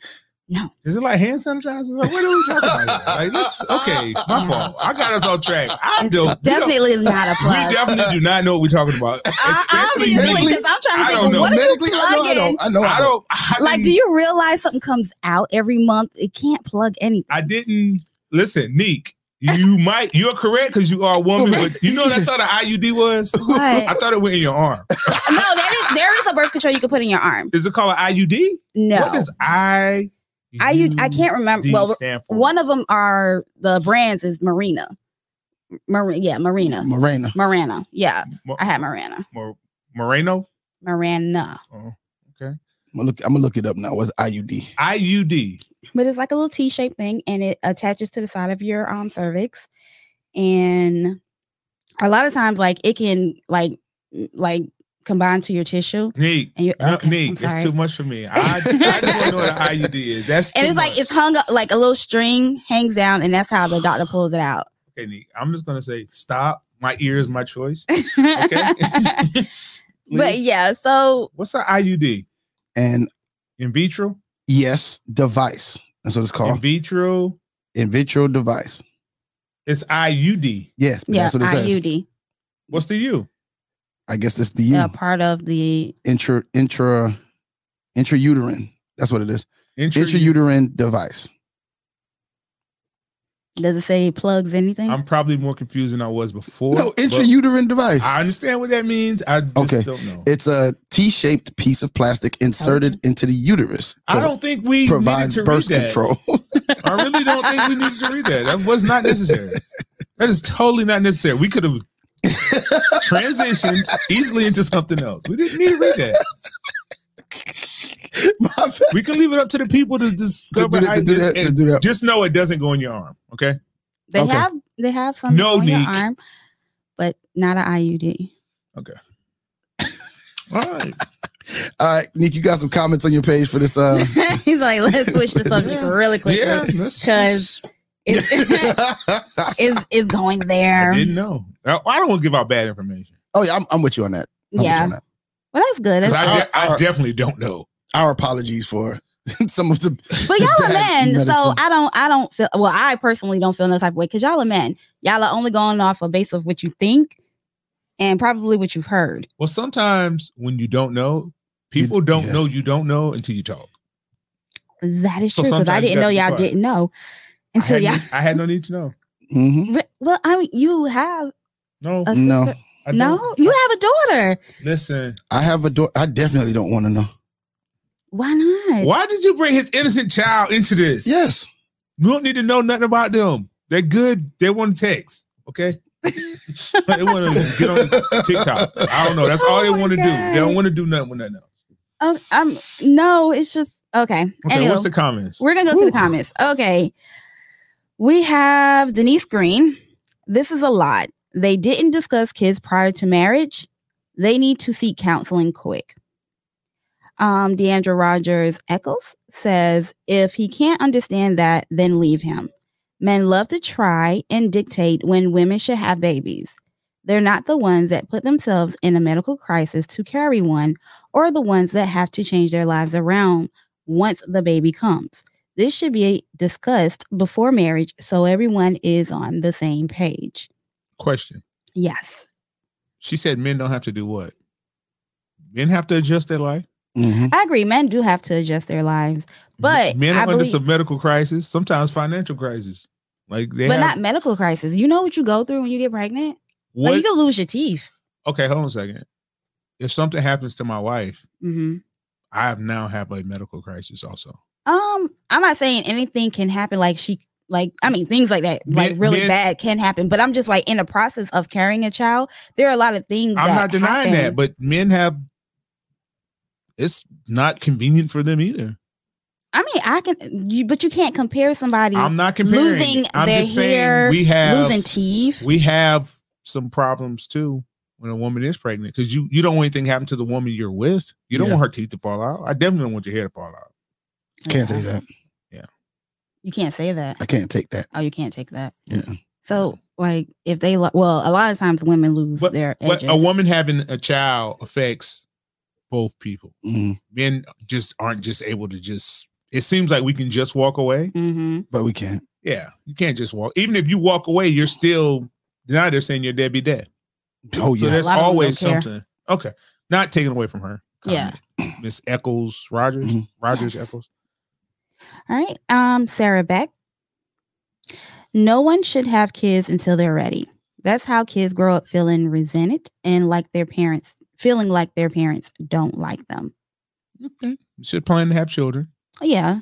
Speaker 2: Is it like hand sanitizer? Like, what are we talking about? here? Like, this, okay, my fault. I got us off track. I
Speaker 4: It's
Speaker 2: do we don't-
Speaker 4: Definitely not a
Speaker 2: We
Speaker 4: plug.
Speaker 2: definitely do not know what we're talking about.
Speaker 4: Obviously,
Speaker 2: Especially me.
Speaker 3: medically.
Speaker 4: because I'm trying
Speaker 2: I
Speaker 4: to think.
Speaker 2: don't
Speaker 4: of
Speaker 2: know.
Speaker 4: What are you
Speaker 3: Medically, I know I
Speaker 4: plugging?
Speaker 3: don't. I know I
Speaker 2: I
Speaker 3: don't.
Speaker 2: don't. I
Speaker 4: Like,
Speaker 2: didn't-
Speaker 4: do you realize something comes out every month? It can't plug anything.
Speaker 2: I didn't listen, Neek. You might you're correct because you are a woman, but you know what I thought an IUD was? I
Speaker 4: What?
Speaker 2: thought it went in your arm.
Speaker 4: no, that is, there is a birth control you can put in your arm.
Speaker 2: Is it called an IUD?
Speaker 4: No,
Speaker 2: What is I?
Speaker 4: I u- I can't remember. Well,
Speaker 2: stand for?
Speaker 4: one of them are the brands is Marina, Mar- yeah, Marina,
Speaker 3: Morena.
Speaker 4: Marana. Yeah,
Speaker 2: Mo-
Speaker 4: I had Marana,
Speaker 2: Mo- Moreno
Speaker 4: Marana,
Speaker 3: I'm gonna, look, I'm gonna look it up now. What's IUD?
Speaker 2: IUD.
Speaker 4: but it's like a little T-shaped thing, and it attaches to the side of your um cervix, and a lot of times, like it can like n- like combine to your tissue,
Speaker 2: Neek.
Speaker 4: and you
Speaker 2: No,
Speaker 4: okay, I'm
Speaker 2: Neek,
Speaker 4: sorry.
Speaker 2: that's too much for me. I, I just want to know what an IUD is. That's
Speaker 4: and
Speaker 2: too
Speaker 4: it's like
Speaker 2: much.
Speaker 4: it's hung up like a little string hangs down, and that's how the doctor pulls it out.
Speaker 2: okay, Neek. I'm just gonna say stop. My ear is my choice. Please.
Speaker 4: but yeah, so
Speaker 2: What's an IUD?
Speaker 3: And
Speaker 2: In vitro.
Speaker 3: yes, E device. That's what it's
Speaker 2: In
Speaker 3: called.
Speaker 2: vitro.
Speaker 3: In vitro device.
Speaker 2: It's IUD.
Speaker 3: Yes,
Speaker 4: yeah,
Speaker 3: that's what it says.
Speaker 4: IUD,
Speaker 2: What's the U?
Speaker 3: I guess that's the U.
Speaker 4: yeah, part of the
Speaker 3: Intra intra intrauterine. That's what it is.
Speaker 2: Intra-
Speaker 3: Intrauterine device.
Speaker 4: Does it say it plugs anything?
Speaker 2: I'm probably more confused than I was before.
Speaker 3: No,
Speaker 2: but
Speaker 3: intrauterine device.
Speaker 2: I understand what that means. I just
Speaker 3: Okay.
Speaker 2: don't know.
Speaker 3: It's a T-shaped piece of plastic inserted into the uterus to
Speaker 2: I don't think we needed
Speaker 3: provide
Speaker 2: to read
Speaker 3: birth
Speaker 2: that.
Speaker 3: control.
Speaker 2: I really don't think we needed to read that. That was not necessary. That is totally not necessary. We could have transitioned easily into something else. We didn't need to read that.
Speaker 3: My bad.
Speaker 2: We could leave it up to the people to
Speaker 3: To
Speaker 2: discover.
Speaker 3: do that, to do that,
Speaker 2: ideas
Speaker 3: to
Speaker 2: and
Speaker 3: do that.
Speaker 2: Just know it doesn't go in your arm. Okay.
Speaker 4: they
Speaker 3: okay.
Speaker 4: have they have something
Speaker 2: No,
Speaker 4: on
Speaker 2: Neek.
Speaker 4: your arm, but not an IUD.
Speaker 2: All right.
Speaker 3: All right, Nick, you got some comments on your page for this. Uh,
Speaker 4: He's like, let's switch the subject
Speaker 2: Yeah.
Speaker 4: really quickly.
Speaker 2: Yeah. that's-
Speaker 4: 'Cause- It's,
Speaker 3: oh
Speaker 4: it's, it's going
Speaker 2: I
Speaker 4: there.
Speaker 2: didn't know.
Speaker 4: um,
Speaker 2: I I don't want to give out bad information.
Speaker 3: Oh, yeah, I'm, I'm with you on that. I'm with you
Speaker 4: Yeah.
Speaker 3: on that.
Speaker 4: Well, that's good.
Speaker 2: 'Cause
Speaker 4: That's-
Speaker 2: I, de- I
Speaker 3: Our-
Speaker 2: definitely don't know.
Speaker 3: Our apologies for some of the.
Speaker 4: but y'all are men,
Speaker 3: bad
Speaker 4: so
Speaker 3: medicine.
Speaker 4: I don't I don't feel well. I personally don't feel no type of way because y'all are men. Y'all are only going off a base of what you think and probably what you've heard.
Speaker 2: Well, sometimes when you don't know, people don't
Speaker 3: yeah.
Speaker 2: know you don't know until you talk.
Speaker 4: That is
Speaker 2: So
Speaker 4: true because I
Speaker 2: sometimes you
Speaker 4: didn't know
Speaker 2: gotta be
Speaker 4: y'all
Speaker 2: quiet.
Speaker 4: didn't know
Speaker 2: I
Speaker 4: until
Speaker 2: had,
Speaker 4: y'all.
Speaker 2: no, I had no need to know.
Speaker 3: hmm
Speaker 4: Re- Well, I mean, you have
Speaker 2: No,
Speaker 4: a
Speaker 3: No.
Speaker 4: sister-
Speaker 2: I
Speaker 4: no,
Speaker 2: don't.
Speaker 4: you have a daughter.
Speaker 2: Listen,
Speaker 3: I have a door. I definitely don't want to know.
Speaker 4: Why not?
Speaker 2: why did you bring his innocent child into this?
Speaker 3: Yes.
Speaker 2: You don't need to know nothing about them. They're good. They want to text. Okay. they want to get on TikTok. I don't know. That's all
Speaker 4: Oh
Speaker 2: they
Speaker 4: my
Speaker 2: want to do. They don't
Speaker 4: God.
Speaker 2: want to do nothing with nothing else.
Speaker 4: Oh, um, no, it's just okay.
Speaker 2: Okay.
Speaker 4: Anywho.
Speaker 2: What's the comments?
Speaker 4: We're gonna go to
Speaker 2: Woo.
Speaker 4: the comments. Okay. We have Denise Green. This is a lot. They didn't discuss kids prior to marriage. They need to seek counseling quick. Um, Deandra Rogers Eccles says, if he can't understand that, then leave him. Men love to try and dictate when women should have babies. They're not the ones that put themselves in a medical crisis to carry one or the ones that have to change their lives around once the baby comes. This should be discussed before marriage so everyone is on the same page.
Speaker 2: Question.
Speaker 4: Yes.
Speaker 2: She said men don't have to do what? Men have to adjust their life.
Speaker 3: Mhm.
Speaker 4: I agree. Men do have to adjust their lives, But
Speaker 2: men
Speaker 4: I
Speaker 2: are under
Speaker 4: believe-
Speaker 2: some medical crisis, sometimes financial crisis. Like they
Speaker 4: but
Speaker 2: have
Speaker 4: not medical crisis. You know what you go through when you get pregnant?
Speaker 2: what?
Speaker 4: Like you can lose your teeth.
Speaker 2: okay, hold on a second. If something happens to my wife,
Speaker 4: hmm
Speaker 2: I have now have a medical crisis. Also,
Speaker 4: Um, I'm not saying anything can happen. Like she, like I mean, things like that, like
Speaker 2: Men-
Speaker 4: really
Speaker 2: men-
Speaker 4: bad can happen. But I'm just like in the process of carrying a child, there are a lot of things.
Speaker 2: I'm
Speaker 4: that
Speaker 2: not denying
Speaker 4: happen.
Speaker 2: that, but men have. It's not convenient for them either.
Speaker 4: I mean, I can, you, but you can't compare somebody
Speaker 2: I'm not comparing. it.
Speaker 4: Losing
Speaker 2: I'm
Speaker 4: their
Speaker 2: just saying
Speaker 4: hair,
Speaker 2: we have
Speaker 4: losing teeth.
Speaker 2: we have some problems too when a woman is pregnant because you you don't want anything to happen to the woman you're with. You don't
Speaker 3: Yeah.
Speaker 2: want her teeth to fall out. I definitely don't want your hair to fall out.
Speaker 3: Can't
Speaker 2: Uh-huh.
Speaker 4: Okay.
Speaker 3: say that.
Speaker 4: You can't say that.
Speaker 3: I can't take that.
Speaker 4: Oh, you can't take that.
Speaker 3: Yeah.
Speaker 4: So, like, if they lo- well, a lot of times women lose
Speaker 2: But-
Speaker 4: their
Speaker 2: But
Speaker 4: edges.
Speaker 2: a woman having a child affects both people.
Speaker 3: Mhm.
Speaker 2: Men just aren't just able to just. It seems like we can just walk away.
Speaker 4: hmm
Speaker 3: But we can't.
Speaker 2: Yeah, you can't just walk. Even if you walk away, you're still now they're saying you're dead be dead.
Speaker 3: Oh
Speaker 2: So
Speaker 3: yeah.
Speaker 2: there's
Speaker 4: A lot of them
Speaker 2: always
Speaker 4: don't care.
Speaker 2: something. Okay, not taken away from her.
Speaker 4: Yeah.
Speaker 2: comment. Miss Eccles Rogers
Speaker 3: Mhm.
Speaker 2: Rogers
Speaker 4: Yes.
Speaker 2: Eccles.
Speaker 4: All right. Um, Sarah Beck. No one should have kids until they're ready. That's how kids grow up feeling resented and like their parents, feeling like their parents don't like them. Oh,
Speaker 2: Okay, you should plan to have children.
Speaker 4: Yeah.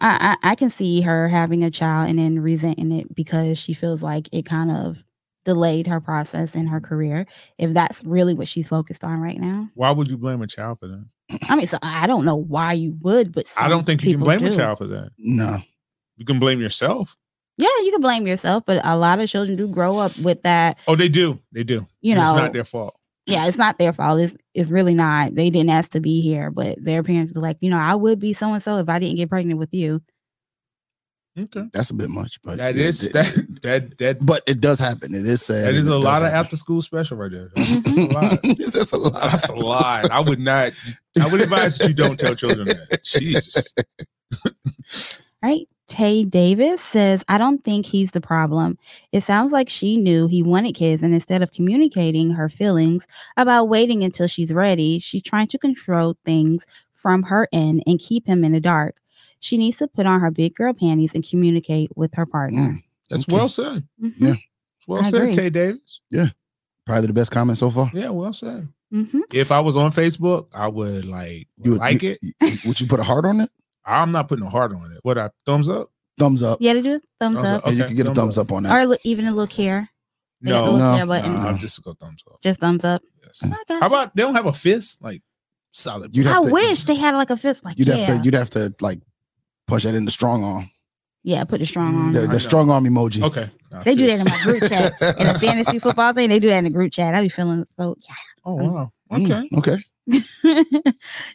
Speaker 4: I, I, I can see her having a child and then resenting it because she feels like it kind of delayed her process in her career. If that's really what she's focused on right now.
Speaker 2: Why would you blame a child for that?
Speaker 4: I mean, so I don't know why you would, but
Speaker 2: I
Speaker 4: some
Speaker 2: don't think you can
Speaker 4: people
Speaker 2: blame a
Speaker 4: do.
Speaker 2: child for that.
Speaker 3: No.
Speaker 2: You can blame yourself.
Speaker 4: Yeah, you can blame yourself, but a lot of children do grow up with that.
Speaker 2: Oh, they do. They do.
Speaker 4: You
Speaker 2: And it's
Speaker 4: know,
Speaker 2: not their fault.
Speaker 4: yeah, it's not their fault. It's it's really not. They didn't ask to be here, but their parents be like, you know, I would be so and so if I didn't get pregnant with you.
Speaker 2: Okay,
Speaker 3: That's a bit much. But
Speaker 2: that
Speaker 3: it-
Speaker 2: is
Speaker 3: it-
Speaker 2: that that that
Speaker 3: But it does happen. It is sad.
Speaker 2: That
Speaker 3: and
Speaker 2: is
Speaker 3: it
Speaker 2: a
Speaker 3: does
Speaker 2: lot of
Speaker 3: happen.
Speaker 2: after school special right there. That's
Speaker 4: Mm-hmm.
Speaker 2: a lot.
Speaker 3: That's a lot.
Speaker 2: That's a lot. I would not. I would advise that you don't tell children that. Jesus.
Speaker 4: Right? Tay Davis says, I don't think he's the problem. It sounds like she knew he wanted kids, and instead of communicating her feelings about waiting until she's ready, she's trying to control things from her end and keep him in the dark. She needs to put on her big girl panties and communicate with her partner.
Speaker 2: That's
Speaker 3: Okay.
Speaker 2: well said.
Speaker 4: Mhm.
Speaker 3: Yeah.
Speaker 2: It's well
Speaker 4: I
Speaker 2: said,
Speaker 4: agree.
Speaker 2: Tay Davis.
Speaker 3: Probably the best comment so far.
Speaker 2: Yeah, well said.
Speaker 3: Mm.
Speaker 4: Mhm.
Speaker 2: If I was on Facebook, I would like
Speaker 3: would-
Speaker 2: like it.
Speaker 3: you- would you put a heart on it?
Speaker 2: I'm not putting a heart on it. What I thumbs up?
Speaker 3: Thumbs up.
Speaker 4: Yeah, to do a thumbs
Speaker 2: Thumbs
Speaker 4: up.
Speaker 2: up.
Speaker 3: Yeah, you
Speaker 2: Okay,
Speaker 3: can get a
Speaker 2: thumbs
Speaker 3: thumbs
Speaker 2: up.
Speaker 3: up on that.
Speaker 4: Or a li- even a little care. They got the
Speaker 2: No,
Speaker 4: little
Speaker 3: No.
Speaker 4: care button.
Speaker 3: Uh-uh.
Speaker 2: I'm just gonna thumbs up.
Speaker 4: Just thumbs up.
Speaker 2: Yes.
Speaker 4: I got
Speaker 2: How
Speaker 4: you.
Speaker 2: about they don't have a fist? Like solid.
Speaker 3: You'd
Speaker 4: I
Speaker 3: have to-
Speaker 4: wish they had like a fist. Like,
Speaker 3: You'd
Speaker 4: yeah.
Speaker 3: have to. You'd have to like push that in the strong arm.
Speaker 4: yeah, put the strong on.
Speaker 3: The,
Speaker 2: Mm-hmm. I know.
Speaker 3: the strong arm emoji.
Speaker 2: Okay. Nah,
Speaker 4: They do that in
Speaker 2: fist.
Speaker 4: my group chat. In a fantasy football thing, they do that in the group chat. I be feeling so
Speaker 2: Oh wow.
Speaker 3: Mm,
Speaker 2: Okay.
Speaker 3: okay.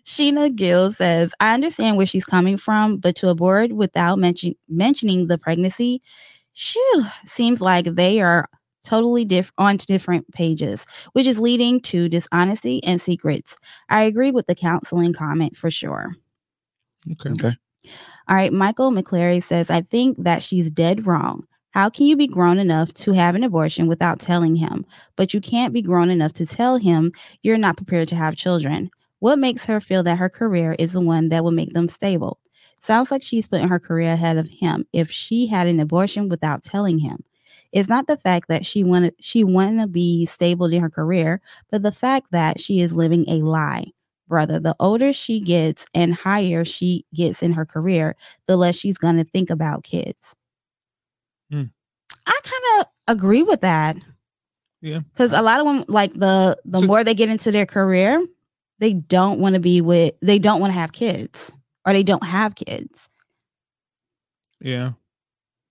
Speaker 4: Sheena Gill says, I understand where she's coming from, but to abort without mention- mentioning the pregnancy, shoo, seems like they are totally diff- on to different pages, which is leading to dishonesty and secrets. I agree with the counseling comment for sure.
Speaker 2: Okay.
Speaker 3: Okay.
Speaker 4: All right, Michael McClary says, I think that she's dead wrong. How can you be grown enough to have an abortion without telling him? But you can't be grown enough to tell him you're not prepared to have children. What makes her feel that her career is the one that will make them stable? Sounds like she's putting her career ahead of him if she had an abortion without telling him. It's not the fact that she wanted she wanted to be stable in her career, but the fact that she is living a lie. Brother, the older she gets and higher she gets in her career, the less she's going to think about kids.
Speaker 2: Hmm.
Speaker 4: I kind of agree with that.
Speaker 2: Yeah.
Speaker 4: Cuz a lot of them like the the
Speaker 2: So-
Speaker 4: more they get into their career, they don't want to be with they don't want to have kids or they don't have kids.
Speaker 2: Yeah.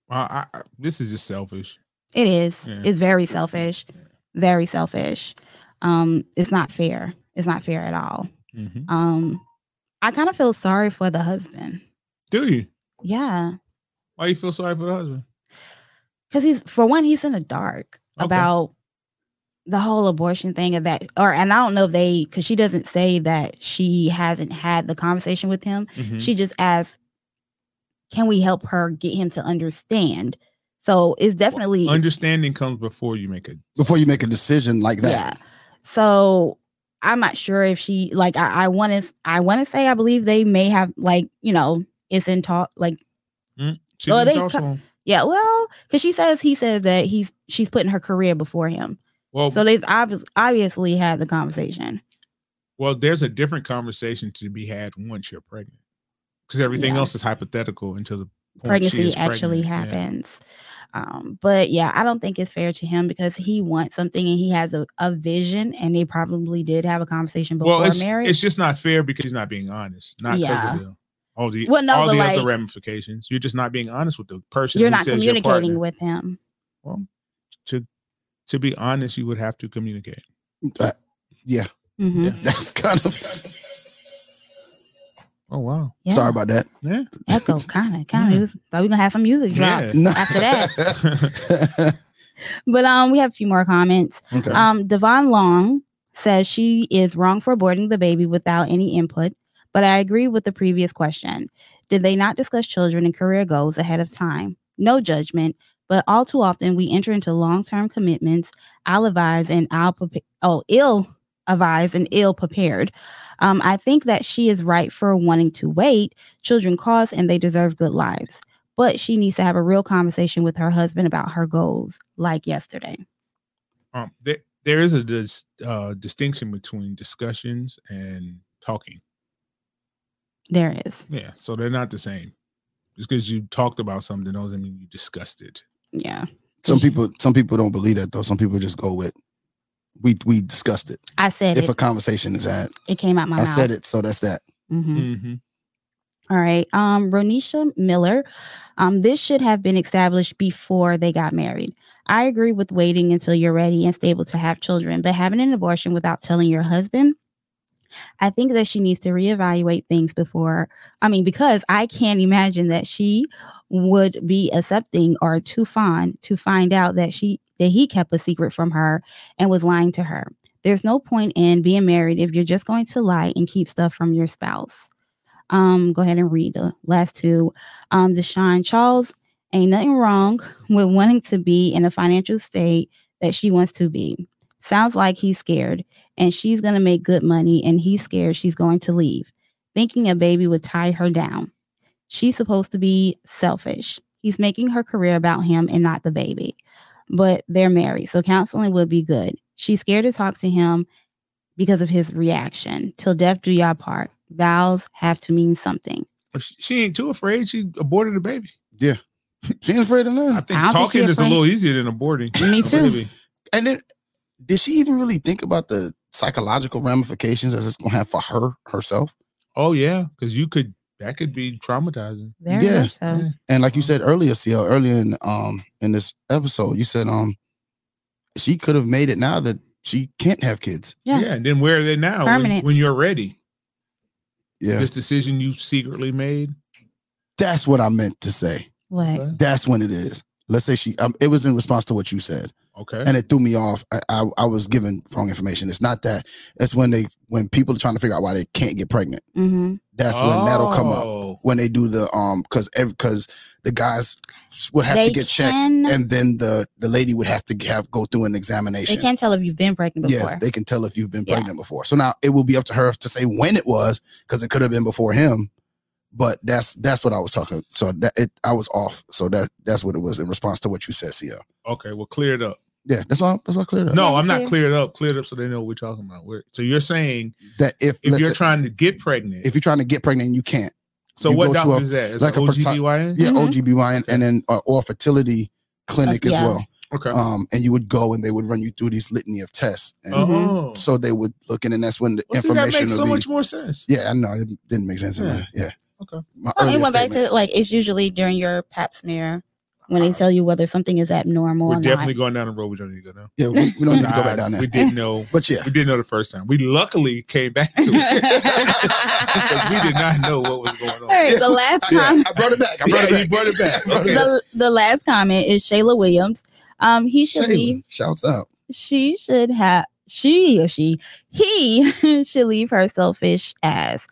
Speaker 2: I, I, I- this is just selfish.
Speaker 4: It is.
Speaker 2: Yeah.
Speaker 4: It's very selfish. Very selfish. Um it's not fair. It's not fair at all.
Speaker 2: Mhm.
Speaker 4: Um I kind of feel sorry for the husband.
Speaker 2: Do you?
Speaker 4: Yeah.
Speaker 2: Why you feel sorry for the husband?
Speaker 4: because he's for one he's in the dark
Speaker 2: Okay.
Speaker 4: about the whole abortion thing of that or and i don't know if they because she doesn't say that she hasn't had the conversation with him
Speaker 2: Mhm.
Speaker 4: she just asks can we help her get him to understand so it's definitely
Speaker 2: Mm-hmm. Understanding comes before you make a
Speaker 3: before you make a decision like that.
Speaker 4: yeah so i'm not sure if she like i want to i want to say i believe they may have like you know it's in talk like
Speaker 2: She
Speaker 4: Oh,
Speaker 2: didn't
Speaker 4: they
Speaker 2: talk
Speaker 4: co-
Speaker 2: to him.
Speaker 4: yeah well because she says he says that he's she's putting her career before him
Speaker 2: Well,
Speaker 4: So they've obvi- obviously had the conversation.
Speaker 2: well, there's a different conversation to be had once you're pregnant, because everything
Speaker 4: Yeah.
Speaker 2: else is hypothetical until the point Oh, she
Speaker 4: Pregnancy
Speaker 2: is
Speaker 4: actually
Speaker 2: pregnant. Yeah.
Speaker 4: happens. Um, but yeah, I don't think it's fair to him because he wants something and he has a, a vision, and they probably did have a conversation before
Speaker 2: Well, it's,
Speaker 4: marriage.
Speaker 2: it's just not fair because she's not being honest, not because
Speaker 4: Yeah.
Speaker 2: of the, all the
Speaker 4: Well, no,
Speaker 2: all
Speaker 4: but
Speaker 2: the
Speaker 4: like-
Speaker 2: other ramifications. You're just not being honest with the person.
Speaker 4: You're
Speaker 2: who
Speaker 4: not
Speaker 2: says your
Speaker 4: communicating
Speaker 2: partner.
Speaker 4: with him.
Speaker 2: Well, to to be honest, you would have to communicate.
Speaker 3: Uh, yeah,
Speaker 4: Mhm.
Speaker 2: Yeah.
Speaker 3: that's kind of.
Speaker 2: Oh wow,
Speaker 4: Yeah.
Speaker 3: Sorry about that.
Speaker 2: yeah,
Speaker 4: Echo, kind of, kind of. So we're gonna have some music drop.
Speaker 2: yeah.
Speaker 3: No.
Speaker 4: After that. But um, we have a few more comments.
Speaker 3: okay.
Speaker 4: Um, Devon Long says she is wrong for aborting the baby without any input, but I agree with the previous question. Did they not discuss children and career goals ahead of time? No judgment, but all too often we enter into long-term commitments, I'll advise and I'll prepare, oh, ill advised and ill prepared. Um, I think that she is right for wanting to wait. Children cause and they deserve good lives. But she needs to have a real conversation with her husband about her goals, like yesterday.
Speaker 2: um there, there is a dis, uh, distinction between discussions and talking
Speaker 4: There is.
Speaker 2: yeah so they're not the same just because you talked about something doesn't mean you discussed it
Speaker 4: Yeah.
Speaker 3: some people, some people don't believe that though. Some people just go with. We we discussed it.
Speaker 4: I said
Speaker 3: If
Speaker 4: it.
Speaker 3: a conversation is had,
Speaker 4: it came out my
Speaker 3: I
Speaker 4: mouth.
Speaker 3: said it, so that's that.
Speaker 4: Mhm.
Speaker 2: mm-hmm.
Speaker 4: All right. Um, Ronisha Miller, um, this should have been established before they got married. I agree with waiting until you're ready and stable to have children, but having an abortion without telling your husband, I think that she needs to reevaluate things before. I mean, because I can't imagine that she would be accepting or too fond to find out that she that he kept a secret from her and was lying to her. There's no point in being married if you're just going to lie and keep stuff from your spouse. Um, go ahead and read the last two. Um, Deshaun Charles, ain't nothing wrong with wanting to be in a financial state that she wants to be. Sounds like he's scared and she's gonna make good money and he's scared she's going to leave, thinking a baby would tie her down. She's supposed to be selfish. He's making her career about him and not the baby. But they're married, so counseling would be good. She's scared to talk to him because of his reaction. Till death do y'all part. Vows have to mean something.
Speaker 2: she, she ain't too afraid she aborted a baby
Speaker 3: She ain't afraid of
Speaker 2: i
Speaker 3: nothing.
Speaker 2: think
Speaker 4: Hmm, I don't think
Speaker 2: talking
Speaker 4: she
Speaker 2: is a
Speaker 4: afraid.
Speaker 2: little easier than aborting
Speaker 4: Me
Speaker 2: a
Speaker 4: too.
Speaker 2: baby.
Speaker 3: And then, did she even really think about the psychological ramifications that it's gonna have for her herself?
Speaker 2: oh yeah because you could that could be traumatizing
Speaker 4: Very
Speaker 3: Yeah.
Speaker 4: much so.
Speaker 2: Yeah.
Speaker 3: And like you
Speaker 2: Mhm.
Speaker 3: said earlier, CL, earlier in um in this episode, you said um she could have made it now that she can't have kids.
Speaker 4: Yeah.
Speaker 2: yeah. and then where are they now when-
Speaker 4: Permanent.
Speaker 2: when you're ready
Speaker 3: Yeah.
Speaker 2: this decision you secretly made
Speaker 3: That's what I meant to say.
Speaker 4: What?
Speaker 2: okay?
Speaker 3: That's when it is. Let's say she um, it was in response to what you said.
Speaker 2: Okay.
Speaker 3: and it threw me off. I, I, I was given wrong information. It's not that. It's when they when people are trying to figure out why they can't get pregnant.
Speaker 4: Mm-hmm.
Speaker 3: That's when that'll come up
Speaker 2: Oh.
Speaker 3: when they do the um because because the guys would have
Speaker 4: They
Speaker 3: to
Speaker 4: can-
Speaker 3: get checked and then the the lady would have to have go through an
Speaker 4: They
Speaker 3: examination.
Speaker 4: can't tell if you've been pregnant before.
Speaker 3: Yeah, they can tell if you've been
Speaker 4: Yeah.
Speaker 3: pregnant before. So now it will be up to her to say when it was because it could have been before him. But that's that's what I was talking. So that it, I was off. So that that's what it was in response to what you said, CL.
Speaker 2: Okay. Well, clear it up.
Speaker 3: Yeah, that's all. That's all cleared up.
Speaker 2: No,
Speaker 4: Yeah,
Speaker 2: I'm not
Speaker 4: clear.
Speaker 2: cleared up. Cleared up so they know what we're talking about. We're, so you're saying
Speaker 3: that if
Speaker 2: if
Speaker 3: listen,
Speaker 2: you're trying to get pregnant,
Speaker 3: if you're trying to get pregnant and you can't,
Speaker 2: so
Speaker 3: you
Speaker 2: what
Speaker 3: go to a-
Speaker 2: doctor is that? Is
Speaker 3: like
Speaker 2: like
Speaker 3: a
Speaker 2: it
Speaker 3: ferti-
Speaker 2: OGBYN?
Speaker 3: yeah,
Speaker 4: Mhm.
Speaker 3: OGBYN and then uh, or fertility clinic
Speaker 4: Uh,
Speaker 3: as
Speaker 4: yeah.
Speaker 3: well.
Speaker 2: Okay.
Speaker 3: Um, and you would go and they would run you through these litany of tests, and
Speaker 2: oh.
Speaker 3: so they would look in, and that's when the
Speaker 2: Well, see, that
Speaker 3: information
Speaker 2: makes so
Speaker 3: would be.
Speaker 2: much more sense.
Speaker 3: yeah, I know it didn't make sense. Yeah.
Speaker 2: Yeah.
Speaker 3: yeah.
Speaker 2: Okay.
Speaker 3: My
Speaker 4: No, it
Speaker 3: earlier
Speaker 4: went back
Speaker 3: statement.
Speaker 4: to like it's usually during your pap smear when they tell you whether something is abnormal
Speaker 2: We're
Speaker 4: or
Speaker 2: definitely going down the road we don't need to go down.
Speaker 3: yeah, we, we don't need to go back
Speaker 2: Ah,
Speaker 3: down there.
Speaker 2: We didn't know.
Speaker 3: But yeah,
Speaker 2: We didn't know the first time. We luckily came back to it because we did not know what was going
Speaker 4: not. All
Speaker 2: on.
Speaker 4: right, the last
Speaker 3: I,
Speaker 4: comment.
Speaker 3: I brought it back. I brought it
Speaker 2: Yeah,
Speaker 3: back.
Speaker 2: you brought it back.
Speaker 3: I brought it
Speaker 2: Okay.
Speaker 3: back.
Speaker 4: The, the last comment is Shayla Williams. Um, he should leave.
Speaker 3: Shayla, shouts out.
Speaker 4: She should have. She or she he should leave her selfish ass.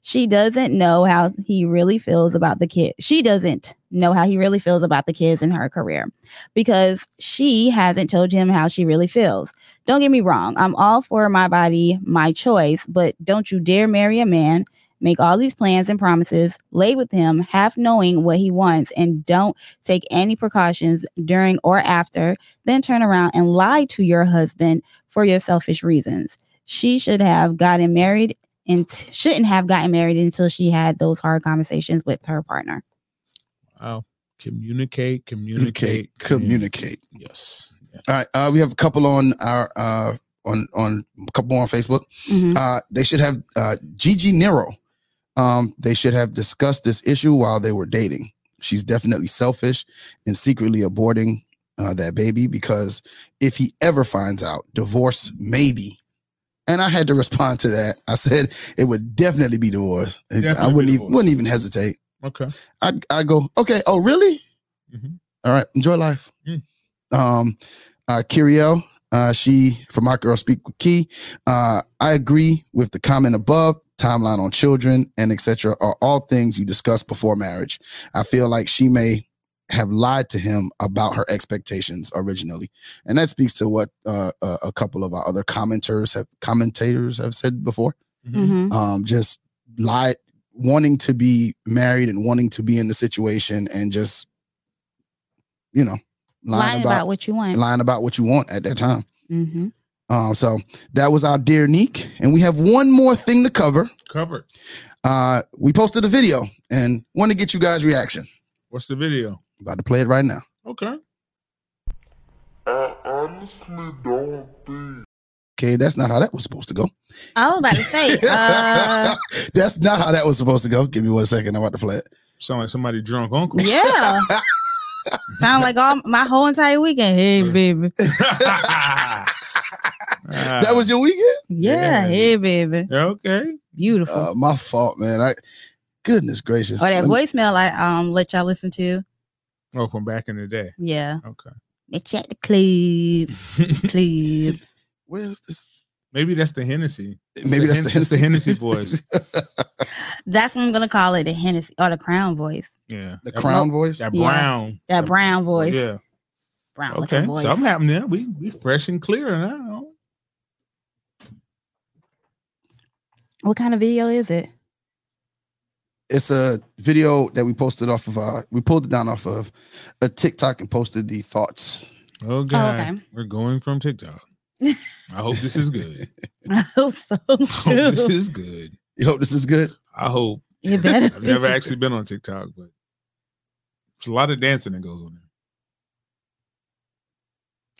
Speaker 4: She doesn't know how he really feels about the kid. She doesn't know how he really feels about the kids in her career because she hasn't told him how she really feels. Don't get me wrong. I'm all for my body, my choice, but don't you dare marry a man, make all these plans and promises, lay with him, half knowing what he wants, and don't take any precautions during or after, then turn around and lie to your husband for your selfish reasons. She should have gotten married and t- shouldn't have gotten married until she had those hard conversations with her partner.
Speaker 2: Wow. Communicate, communicate,
Speaker 3: Communicate. Communicate.
Speaker 2: Yes. Yeah.
Speaker 3: All right. Uh, we have a couple on our uh on on a couple on Facebook.
Speaker 2: Mm-hmm.
Speaker 4: Mhm.
Speaker 3: Uh, they should have uh, Gigi Nero. Um, they should have discussed this issue while they were dating. She's definitely selfish and secretly aborting uh, that baby because if he ever finds out, divorce maybe. And I had to respond to that. I said it would definitely be divorce. I
Speaker 2: Definitely
Speaker 3: wouldn't even
Speaker 2: divorce.
Speaker 3: wouldn't even hesitate.
Speaker 2: Okay.
Speaker 3: I'd I go okay. Oh really?
Speaker 2: Mhm.
Speaker 3: All right, enjoy life.
Speaker 2: Mm.
Speaker 3: Um, uh, Kiriel, uh, she for my girl speak with Key. Uh, I agree with the comment above. Timeline on children and etc. are all things you discuss before marriage. I feel like she may have lied to him about her expectations originally, and that speaks to what uh, a, a couple of our other commenters have commentators have said before
Speaker 4: Mm-hmm.
Speaker 2: Mhm.
Speaker 3: um, just lied, wanting to be married and wanting to be in the situation, and just you know
Speaker 4: Lying
Speaker 3: lying,
Speaker 4: about,
Speaker 3: about,
Speaker 4: what you want.
Speaker 3: lying about what you want at that time.
Speaker 4: hmm
Speaker 3: Um, so that was our dear Neek, and we have one more thing to cover.
Speaker 2: Covered.
Speaker 3: Uh, we posted a video and want to get you guys' reaction.
Speaker 2: What's the video?
Speaker 3: About to play it right now.
Speaker 2: Okay.
Speaker 6: I honestly don't think
Speaker 3: Okay, that's not how that was supposed to go.
Speaker 4: I was about to say, uh,
Speaker 3: that's not how that was supposed to go. Give me one second. I'm about to play it.
Speaker 2: Sound like somebody drunk uncle.
Speaker 4: yeah. Sound like all my whole entire weekend. Hey, baby.
Speaker 2: Ah. Uh-huh.
Speaker 3: that was your weekend?
Speaker 4: Yeah,
Speaker 2: Yeah.
Speaker 4: hey, baby.
Speaker 2: okay.
Speaker 4: Beautiful.
Speaker 3: Uh, my fault, man. I goodness gracious.
Speaker 4: or Oh, that
Speaker 3: Let me-
Speaker 4: voicemail I um let y'all listen to.
Speaker 2: Oh, from back in the day.
Speaker 4: Yeah.
Speaker 2: Okay.
Speaker 4: It's at the club. Club.
Speaker 3: Where's this?
Speaker 2: Maybe that's the Hennessy.
Speaker 3: Maybe that's the
Speaker 2: Hen-
Speaker 3: Hennessy.
Speaker 2: the Hennessy boys.
Speaker 4: That's what I'm gonna call it, the Hennessy or the Crown voice.
Speaker 2: Yeah.
Speaker 3: the
Speaker 2: That-
Speaker 3: crown voice.
Speaker 2: That
Speaker 4: Yeah.
Speaker 2: brown.
Speaker 4: That brown voice.
Speaker 2: Yeah.
Speaker 4: Brown looking
Speaker 2: Okay.
Speaker 4: voice.
Speaker 2: Something happened there. We we fresh and clear now.
Speaker 4: what kind of video is it?
Speaker 3: It's a video that we posted off of. Uh, we pulled it down off of a TikTok and posted the thoughts.
Speaker 2: Oh God.
Speaker 4: okay.
Speaker 2: We're going from TikTok. I hope this is good.
Speaker 4: I hope so.
Speaker 2: I hope Oh, this
Speaker 4: too.
Speaker 2: is good.
Speaker 3: You hope this is good.
Speaker 2: I hope.
Speaker 4: It better.
Speaker 2: I've never
Speaker 4: be.
Speaker 2: actually been on TikTok, but there's a lot of dancing that goes on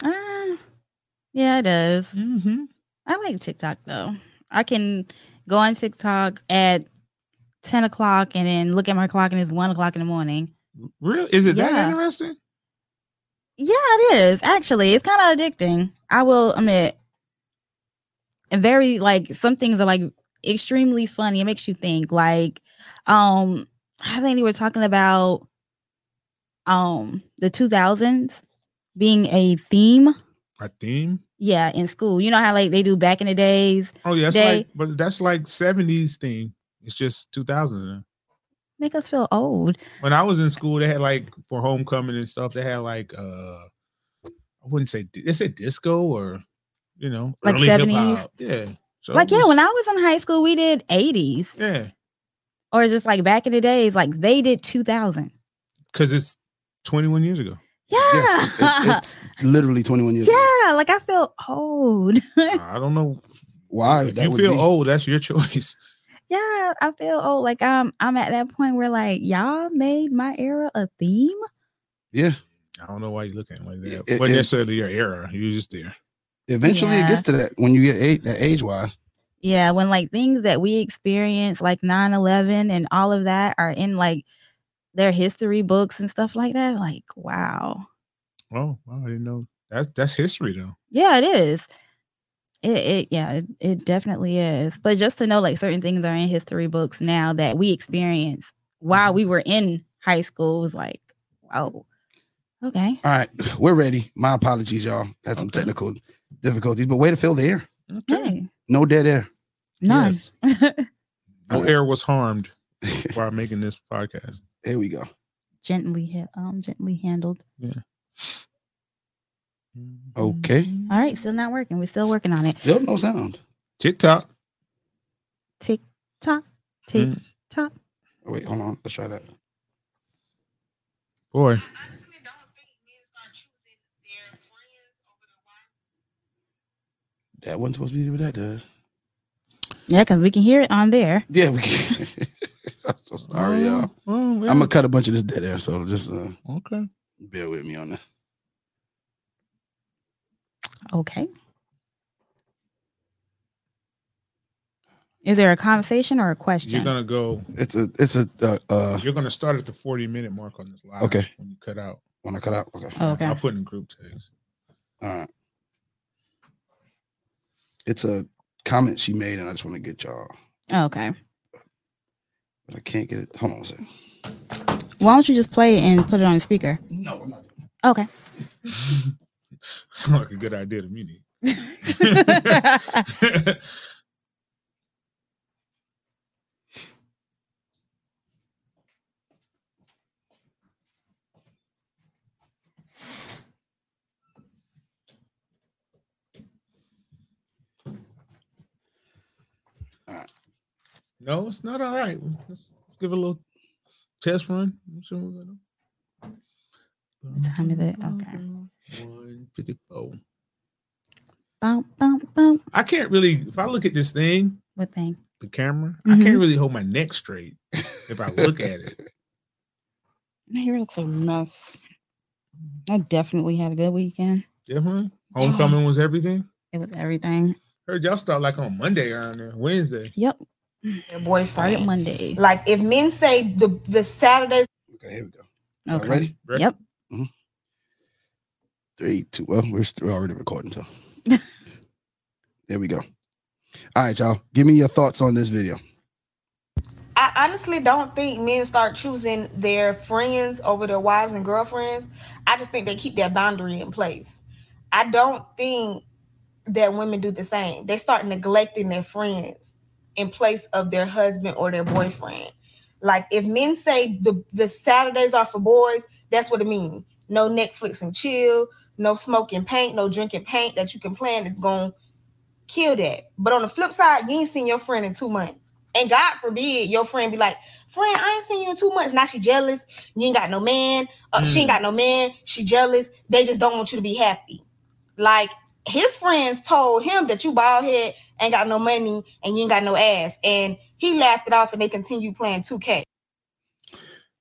Speaker 2: there.
Speaker 4: Ah, yeah, it does.
Speaker 2: Mm-hmm.
Speaker 4: I like TikTok though. I can go on TikTok at ten o'clock and then look at my clock and it's one o'clock in the morning.
Speaker 2: Really? Is it
Speaker 4: Yeah.
Speaker 2: that interesting?
Speaker 4: Yeah, it is. Actually, it's kind of addicting. I will admit. And very like some things are like extremely funny. It makes you think. Like, um, I think they were talking about um the two thousands being a theme.
Speaker 2: A theme?
Speaker 4: Yeah, in school. You know how like they do back in the days.
Speaker 2: Oh yeah, that's
Speaker 4: They-
Speaker 2: like but that's like seventies theme. It's just two thousand now.
Speaker 4: Make us feel old.
Speaker 2: when I was in school, they had like for homecoming and stuff. They had like uh, I wouldn't say di- they said disco or you know
Speaker 4: Like
Speaker 2: early hip
Speaker 4: 70s?
Speaker 2: hop. Yeah. So it
Speaker 4: Like yeah,
Speaker 2: was-
Speaker 4: when I was in high school, we did 80s
Speaker 2: yeah,
Speaker 4: or just like back in the days, like they did 2000.
Speaker 2: because it's twenty one years ago.
Speaker 4: Yeah.
Speaker 3: Yes, it's, it's literally 21 years. old.
Speaker 4: yeah, like I feel old.
Speaker 2: I don't know.
Speaker 3: Why?
Speaker 2: If
Speaker 3: that
Speaker 2: you
Speaker 3: would
Speaker 2: feel
Speaker 3: be-
Speaker 2: old, that's your choice.
Speaker 4: yeah, I feel old. Like um, I'm at that point where like y'all made my era a theme.
Speaker 3: Yeah.
Speaker 2: I don't know why you're looking like that.
Speaker 3: It-
Speaker 2: It, not
Speaker 3: it-
Speaker 2: necessarily your era. You're just there.
Speaker 3: Eventually,
Speaker 4: Yeah.
Speaker 3: it gets to that when you get age, that age wise.
Speaker 4: Yeah, when like things that we experience, like 9-11 and all of that, are in like their history books and stuff like that. Like, wow.
Speaker 2: Oh, wow, I didn't know. That's that's history though.
Speaker 4: Yeah, it is. It, it yeah, it, it definitely is. But just to know like certain things are in history books now that we experience while we were in high school was like, wow. Okay.
Speaker 3: All right, we're ready. My apologies, y'all. Had some technical difficulties, but way to fill the air.
Speaker 4: Hey,
Speaker 3: No dead air.
Speaker 4: none.
Speaker 2: Yes. No
Speaker 3: Alright.
Speaker 2: air was harmed while making this podcast.
Speaker 3: There we go.
Speaker 4: gently hit um gently handled.
Speaker 3: Okay.
Speaker 4: All right, still not working. We're still working on it.
Speaker 3: Still no sound.
Speaker 2: TikTok.
Speaker 4: Top, tick,
Speaker 2: Mm.
Speaker 4: top.
Speaker 3: Oh, wait, hold on. Let's try that.
Speaker 2: Boy.
Speaker 3: That wasn't supposed to be what that does.
Speaker 4: Yeah, because we can hear it on there.
Speaker 3: Yeah, we can. I'm so sorry, y'all.
Speaker 2: Oh,
Speaker 3: I'm
Speaker 2: yeah.
Speaker 3: gonna cut a bunch of this dead air, so just uh,
Speaker 2: okay.
Speaker 3: bear with me on this.
Speaker 4: Okay. Is there a conversation or a
Speaker 2: You're
Speaker 4: question?
Speaker 2: gonna go.
Speaker 3: It's a, it's a, uh, uh
Speaker 2: You're gonna start at the 40 minute mark on this live.
Speaker 3: Okay.
Speaker 2: When you cut out.
Speaker 3: when I cut out. Okay,
Speaker 4: Oh, okay.
Speaker 2: I'll put in group text.
Speaker 3: all right. It's a comment she made, and I just want to get y'all,
Speaker 4: Okay.
Speaker 3: but I can't get it. Hold on a second.
Speaker 4: Why don't you just play it and put it on the speaker?
Speaker 3: No, I'm not.
Speaker 4: Okay.
Speaker 2: Sounds like a good idea to me. no, it's not all right. Let's, let's give it a little test run. Let's see what we got.
Speaker 4: What time is it? Okay.
Speaker 2: 154.
Speaker 4: bump, bump, bump.
Speaker 2: I can't really, if I look at this thing,
Speaker 4: What thing?
Speaker 2: the camera, I
Speaker 4: Mhm.
Speaker 2: can't really hold my neck straight if I look at it.
Speaker 4: My hair looks a mess. I definitely had a good weekend.
Speaker 2: Definitely.
Speaker 4: Yeah.
Speaker 2: Homecoming was everything.
Speaker 4: It was everything.
Speaker 2: Heard y'all start like on Monday around there, Wednesday.
Speaker 4: Yep.
Speaker 7: their boyfriend.
Speaker 4: Started Monday.
Speaker 7: Like if men say the the Saturdays
Speaker 3: Okay, here we go. Y'all
Speaker 4: Okay.
Speaker 3: ready?
Speaker 2: right?
Speaker 4: Yep.
Speaker 3: Three, two. Well, we're, st- we're already recording, so there we go. All right, y'all. Give me your thoughts on this video.
Speaker 7: I honestly don't think men start choosing their friends over their wives and girlfriends. I just think they keep that boundary in place. I don't think that women do the same. They start neglecting their friends in place of their husband or their boyfriend. Like if men say the, the Saturdays are for boys, that's what it means. No Netflix and chill, no smoking paint, no drinking paint that you can plan that's gonna kill that. But on the flip side, you ain't seen your friend in two months. And God forbid your friend be like, friend, I ain't seen you in two months. Now she jealous. You ain't got no man. Uh, She ain't got no man. She jealous. They just don't want you to be happy. Like his friends told him that you bald head, ain't got no money, and you ain't got no ass. And he laughed it off and they continue playing 2K.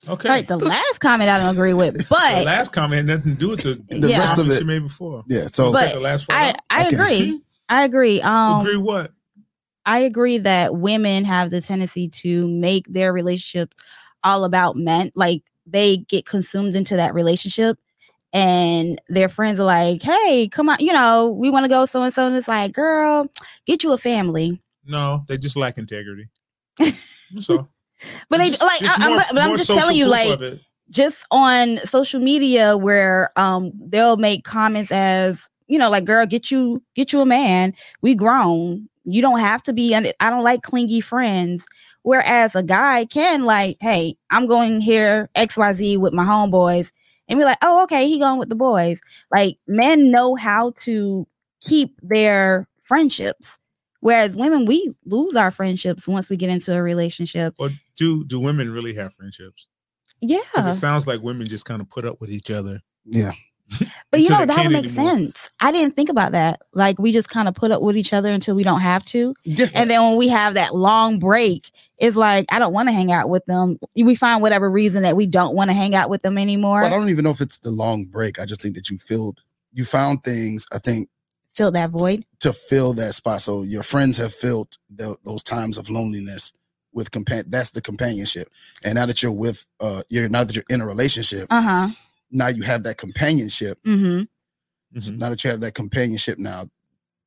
Speaker 2: Okay.
Speaker 4: All right. The last comment I don't agree with,
Speaker 2: The
Speaker 4: but
Speaker 2: last comment had nothing to do with the,
Speaker 4: The Yeah.
Speaker 3: rest of
Speaker 2: comment
Speaker 3: it.
Speaker 2: she made before.
Speaker 3: Yeah. So
Speaker 4: But-
Speaker 2: Okay, the last one.
Speaker 4: I, I
Speaker 3: Okay.
Speaker 4: agree. I agree. Um,
Speaker 2: agree what?
Speaker 4: I agree that women have the tendency to make their relationships all about men. Like they get consumed into that relationship and their friends are like, hey, come on, you know, we want to go so and so. And it's like, girl, get you a family.
Speaker 2: No, they just lack integrity. That's all.
Speaker 4: But they
Speaker 2: Just-
Speaker 4: like,
Speaker 2: it's
Speaker 4: I, am
Speaker 2: more-
Speaker 4: but, but I'm
Speaker 2: more
Speaker 4: just
Speaker 2: social
Speaker 4: telling you,
Speaker 2: proof
Speaker 4: like,
Speaker 2: of it.
Speaker 4: just on social media where um they'll make comments as you know like girl get you get you a man we grown you don't have to be un- i don't like clingy friends whereas a guy can like hey i'm going here xyz with my homeboys and be like oh okay he going with the boys like men know how to keep their friendships whereas women we lose our friendships once we get into a relationship
Speaker 2: Or do do women really have friendships? 'Cause
Speaker 4: yeah
Speaker 2: It sounds like women just kind of put up with each other.
Speaker 3: Yeah.
Speaker 4: But you know,
Speaker 2: until they
Speaker 4: that would
Speaker 2: can't
Speaker 4: make
Speaker 2: anymore.
Speaker 4: sense. I didn't think about that. Like we just kind of put up with each other until we don't have to.
Speaker 3: Yeah.
Speaker 4: And then when we have that long break, it's like I don't want to hang out with them. We find whatever reason that we don't want to hang out with them anymore.
Speaker 3: But I don't even know if it's the long break. I just think that you filled, you found things. I think
Speaker 4: Fill that void.
Speaker 3: to fill that spot. So your friends have filled tho- those times of loneliness with compan. That's the companionship. And now that you're with, uh, you're now that you're in a relationship,
Speaker 4: Uh-huh.
Speaker 3: now you have that companionship.
Speaker 4: Mm-hmm. Mm-hmm.
Speaker 3: So
Speaker 2: Mhm.
Speaker 3: now that you have that companionship now,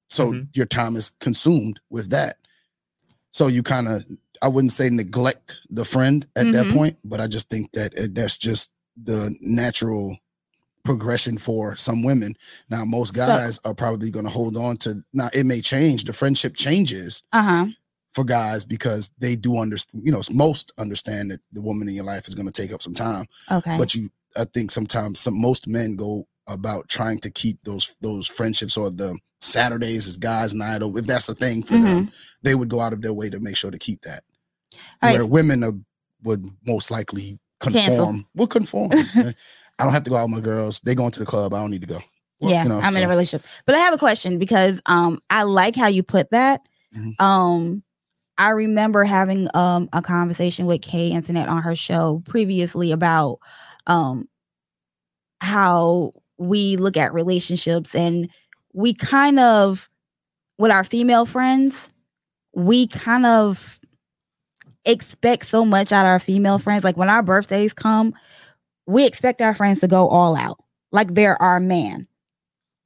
Speaker 3: so
Speaker 2: Mhm.
Speaker 3: your time is consumed with that. So you kind of, I wouldn't say neglect the friend at that
Speaker 4: Mhm.
Speaker 3: point, but I just think that it, that's just the natural progression for some women. Now, most
Speaker 4: So-
Speaker 3: guys are probably going to hold on to, now it may change, the friendship changes
Speaker 4: Uh-huh.
Speaker 3: for guys because they do understand, you know, most understand that the woman in your life is going to take up some time
Speaker 4: Okay.
Speaker 3: but you i think sometimes some most men go about trying to keep those those friendships or the saturdays is guys night or if that's a thing for them they would go out of their way to make sure to keep that
Speaker 4: Mm-hmm. All right.
Speaker 3: where women are, would most likely conform
Speaker 4: Cancel.
Speaker 3: will conform i don't have to go out with my girls they going to the club i don't need to go
Speaker 2: Well,
Speaker 4: yeah,
Speaker 3: you know,
Speaker 4: I'm in a
Speaker 3: so-
Speaker 4: relationship. But I have a question because um I like how you put that.
Speaker 3: Mhm.
Speaker 4: Um I remember having um a conversation with Kay Internet on her show previously about um how we look at relationships and we kind of with our female friends, we kind of expect so much out of our female friends. Like when our birthdays come, we expect our friends to go all out. Like they're our man.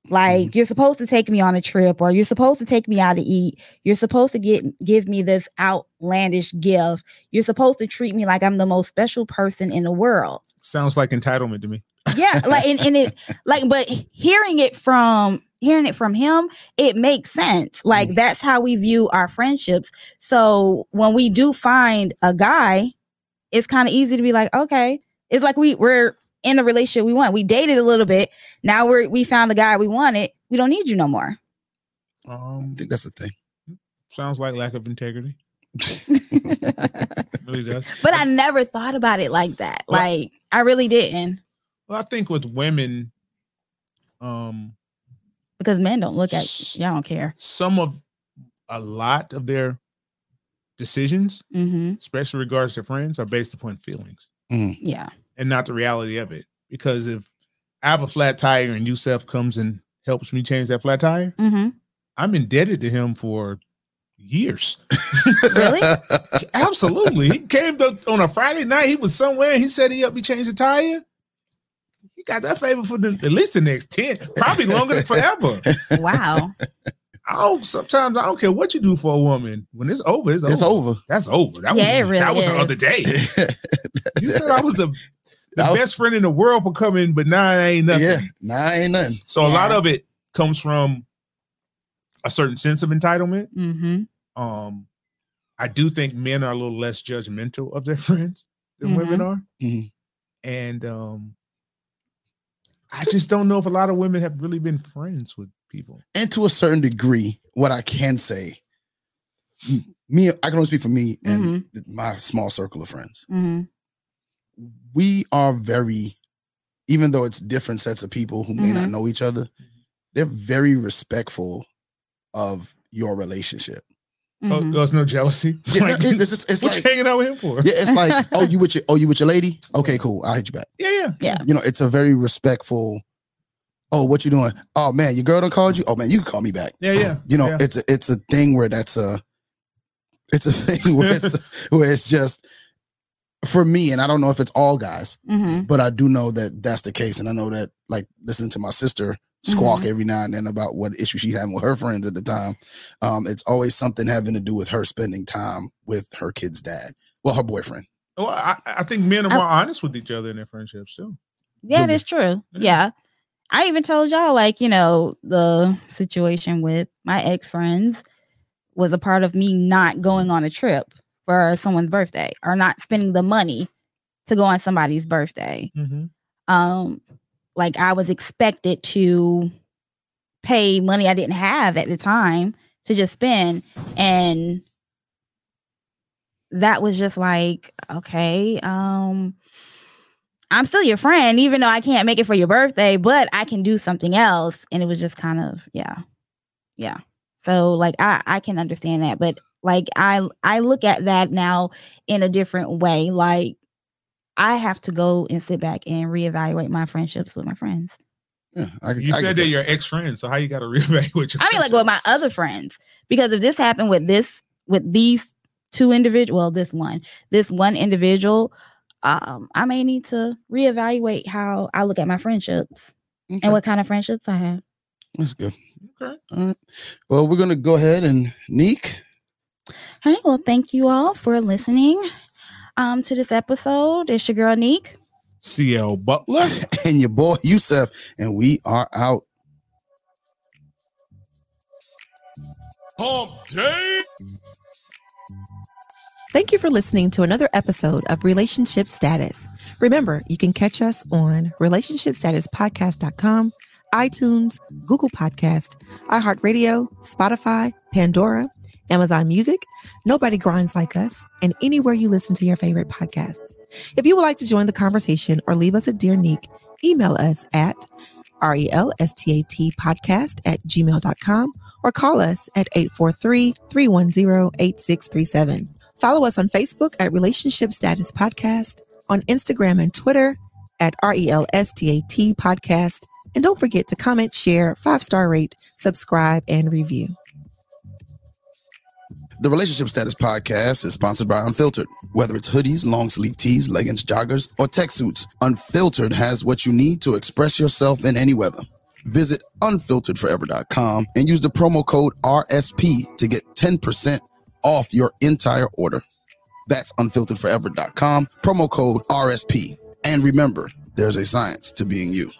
Speaker 4: Like you're supposed to take me on a trip or you're supposed to take me out to eat. You're supposed to get give me this outlandish gift. You're supposed to treat me like I'm the most special person in the world.
Speaker 2: sounds like entitlement to me.
Speaker 4: Yeah, like and, and it like but hearing it from hearing it from him, it makes sense. Like that's how we view our friendships. So when we do find a guy, it's kind of easy to be like, okay, it's like we we're in a relationship we want. We dated a little bit. Now we're we found the guy we wanted. We don't need you no more.
Speaker 3: i
Speaker 2: Um,
Speaker 3: think that's the thing
Speaker 2: sounds like lack of integrity. really does.
Speaker 4: But I never thought about it like that.
Speaker 2: Well-
Speaker 4: Like I really didn't
Speaker 2: Well, I think with women, um,
Speaker 4: because men don't look at y'all don't care.
Speaker 2: some of a lot of their decisions,
Speaker 4: Mm-hmm.
Speaker 2: especially regards to friends, are based upon feelings
Speaker 4: Yeah.
Speaker 2: and not the reality of it. Because if I have a flat tire and Yusef comes and helps me change that flat tire,
Speaker 4: Mm-hmm.
Speaker 2: I'm indebted to him for years.
Speaker 4: Really?
Speaker 2: Absolutely. he came to, on a Friday night. He was somewhere. He said he helped me change the tire. He got that favor for the, at least the next 10, probably longer than forever.
Speaker 4: Wow.
Speaker 2: I don't, sometimes I don't care what you do for a woman. When it's over, it's,
Speaker 3: it's
Speaker 2: over.
Speaker 3: over
Speaker 2: That's over. That
Speaker 4: Yeah, it
Speaker 2: was
Speaker 4: really
Speaker 2: that was the
Speaker 4: is.
Speaker 2: other day. You said I was the, the
Speaker 3: That was-
Speaker 2: best friend in the world for coming, but now I ain't nothing.
Speaker 3: yeah nah ain't nothing
Speaker 2: So a
Speaker 4: Yeah.
Speaker 2: lot of it comes from a certain sense of entitlement.
Speaker 4: Mm-hmm.
Speaker 2: Um, I do think men are a little less judgmental of their friends than women are,
Speaker 3: Mhm.
Speaker 2: and um, I just don't know if a lot of women have really been friends with people.
Speaker 3: and to a certain degree, what I can say, m- me, I can only speak for me and my small circle of friends.
Speaker 4: Mm-hmm.
Speaker 3: We are very, even though it's different sets of people who may not know each other, they're very respectful of your relationship.
Speaker 4: Mm-hmm.
Speaker 2: Oh, there's no jealousy.
Speaker 3: Mm-hmm. Yeah,
Speaker 2: Like,
Speaker 3: no, it- it's, just- it's
Speaker 2: what
Speaker 3: like,
Speaker 2: you hanging out with him for?
Speaker 3: yeah, it's like, oh, you with your, oh, you with your lady? Okay, cool. I'll hit you back.
Speaker 2: yeah, yeah.
Speaker 3: You know, it's a very respectful. Oh, what you doing? Oh man, your girl done called you. Oh man, you can call me back.
Speaker 2: Yeah, yeah.
Speaker 3: Um, you know
Speaker 2: yeah.
Speaker 3: it's a, it's a thing where that's a it's a thing where it's where it's just for me and i don't know if it's all guys
Speaker 4: Mm-hmm.
Speaker 3: but i do know that that's the case and i know that like listening to my sister squawk
Speaker 4: Mm-hmm.
Speaker 3: every now and then about what issue she having with her friends at the time um it's always something having to do with her spending time with her kid's dad well her boyfriend
Speaker 2: Well, I, I think men are more honest with each other in their friendships too.
Speaker 4: Yeah,
Speaker 3: Really?
Speaker 4: that's true.
Speaker 2: Yeah.
Speaker 4: Yeah. I even told y'all, like, you know, the situation with my ex friends was a part of me not going on a trip for someone's birthday or not spending the money to go on somebody's birthday.
Speaker 2: Mm-hmm.
Speaker 4: Um, like I was expected to pay money I didn't have at the time to just spend. And that was just like, okay, um, I'm still your friend, even though I can't make it for your birthday, but I can do something else. And it was just kind of, yeah. Yeah. So like I, I can understand that. But like I I look at that now in a different way. Like I have to go and sit back and reevaluate my friendships with my friends.
Speaker 3: Yeah, I could-
Speaker 2: You
Speaker 3: I could
Speaker 2: said
Speaker 3: get
Speaker 2: they're your ex friend, so how you got to reevaluate your?
Speaker 4: I mean, like with my other friends, because if this happened with this, with these two individual, well, this one, this one individual, um, I may need to reevaluate how I look at my friendships
Speaker 3: that. Okay,
Speaker 4: and what kind of friendships I have.
Speaker 3: that's good.
Speaker 2: Okay.
Speaker 3: All right. Well, we're gonna go ahead and Neek.
Speaker 4: All right. Well, thank you all for listening um, to this episode. It's your girl Neek.
Speaker 2: CL Butler.
Speaker 3: and your boy Yusef, and we are out.
Speaker 2: Hump day.
Speaker 8: Thank you for listening to another episode of Relationship Status. Remember, you can catch us on relationshipstatuspodcast.com, iTunes, Google Podcast, iHeartRadio, Spotify, Pandora, Amazon Music, Nobody Grinds Like Us, and anywhere you listen to your favorite podcasts. If you would like to join the conversation or leave us a dear nick, email us at E R-E-L-S-T-A-T podcast at gmail.com or call us at 843 310 8637. Follow us on Facebook at Relationship Status Podcast, on Instagram and Twitter at E RELSTAT Podcast. And don't forget to comment, share, five star rate, subscribe, and review.
Speaker 3: The Relationship Status Podcast is sponsored by Unfiltered. Whether it's hoodies, long sleeve tees, leggings, joggers, or tech suits, Unfiltered has what you need to express yourself in any weather. Visit unfilteredforever.com and use the promo code RSP to get 10% off your entire order. That's unfilteredforever.com, promo code RSP. And remember, there's a science to being you.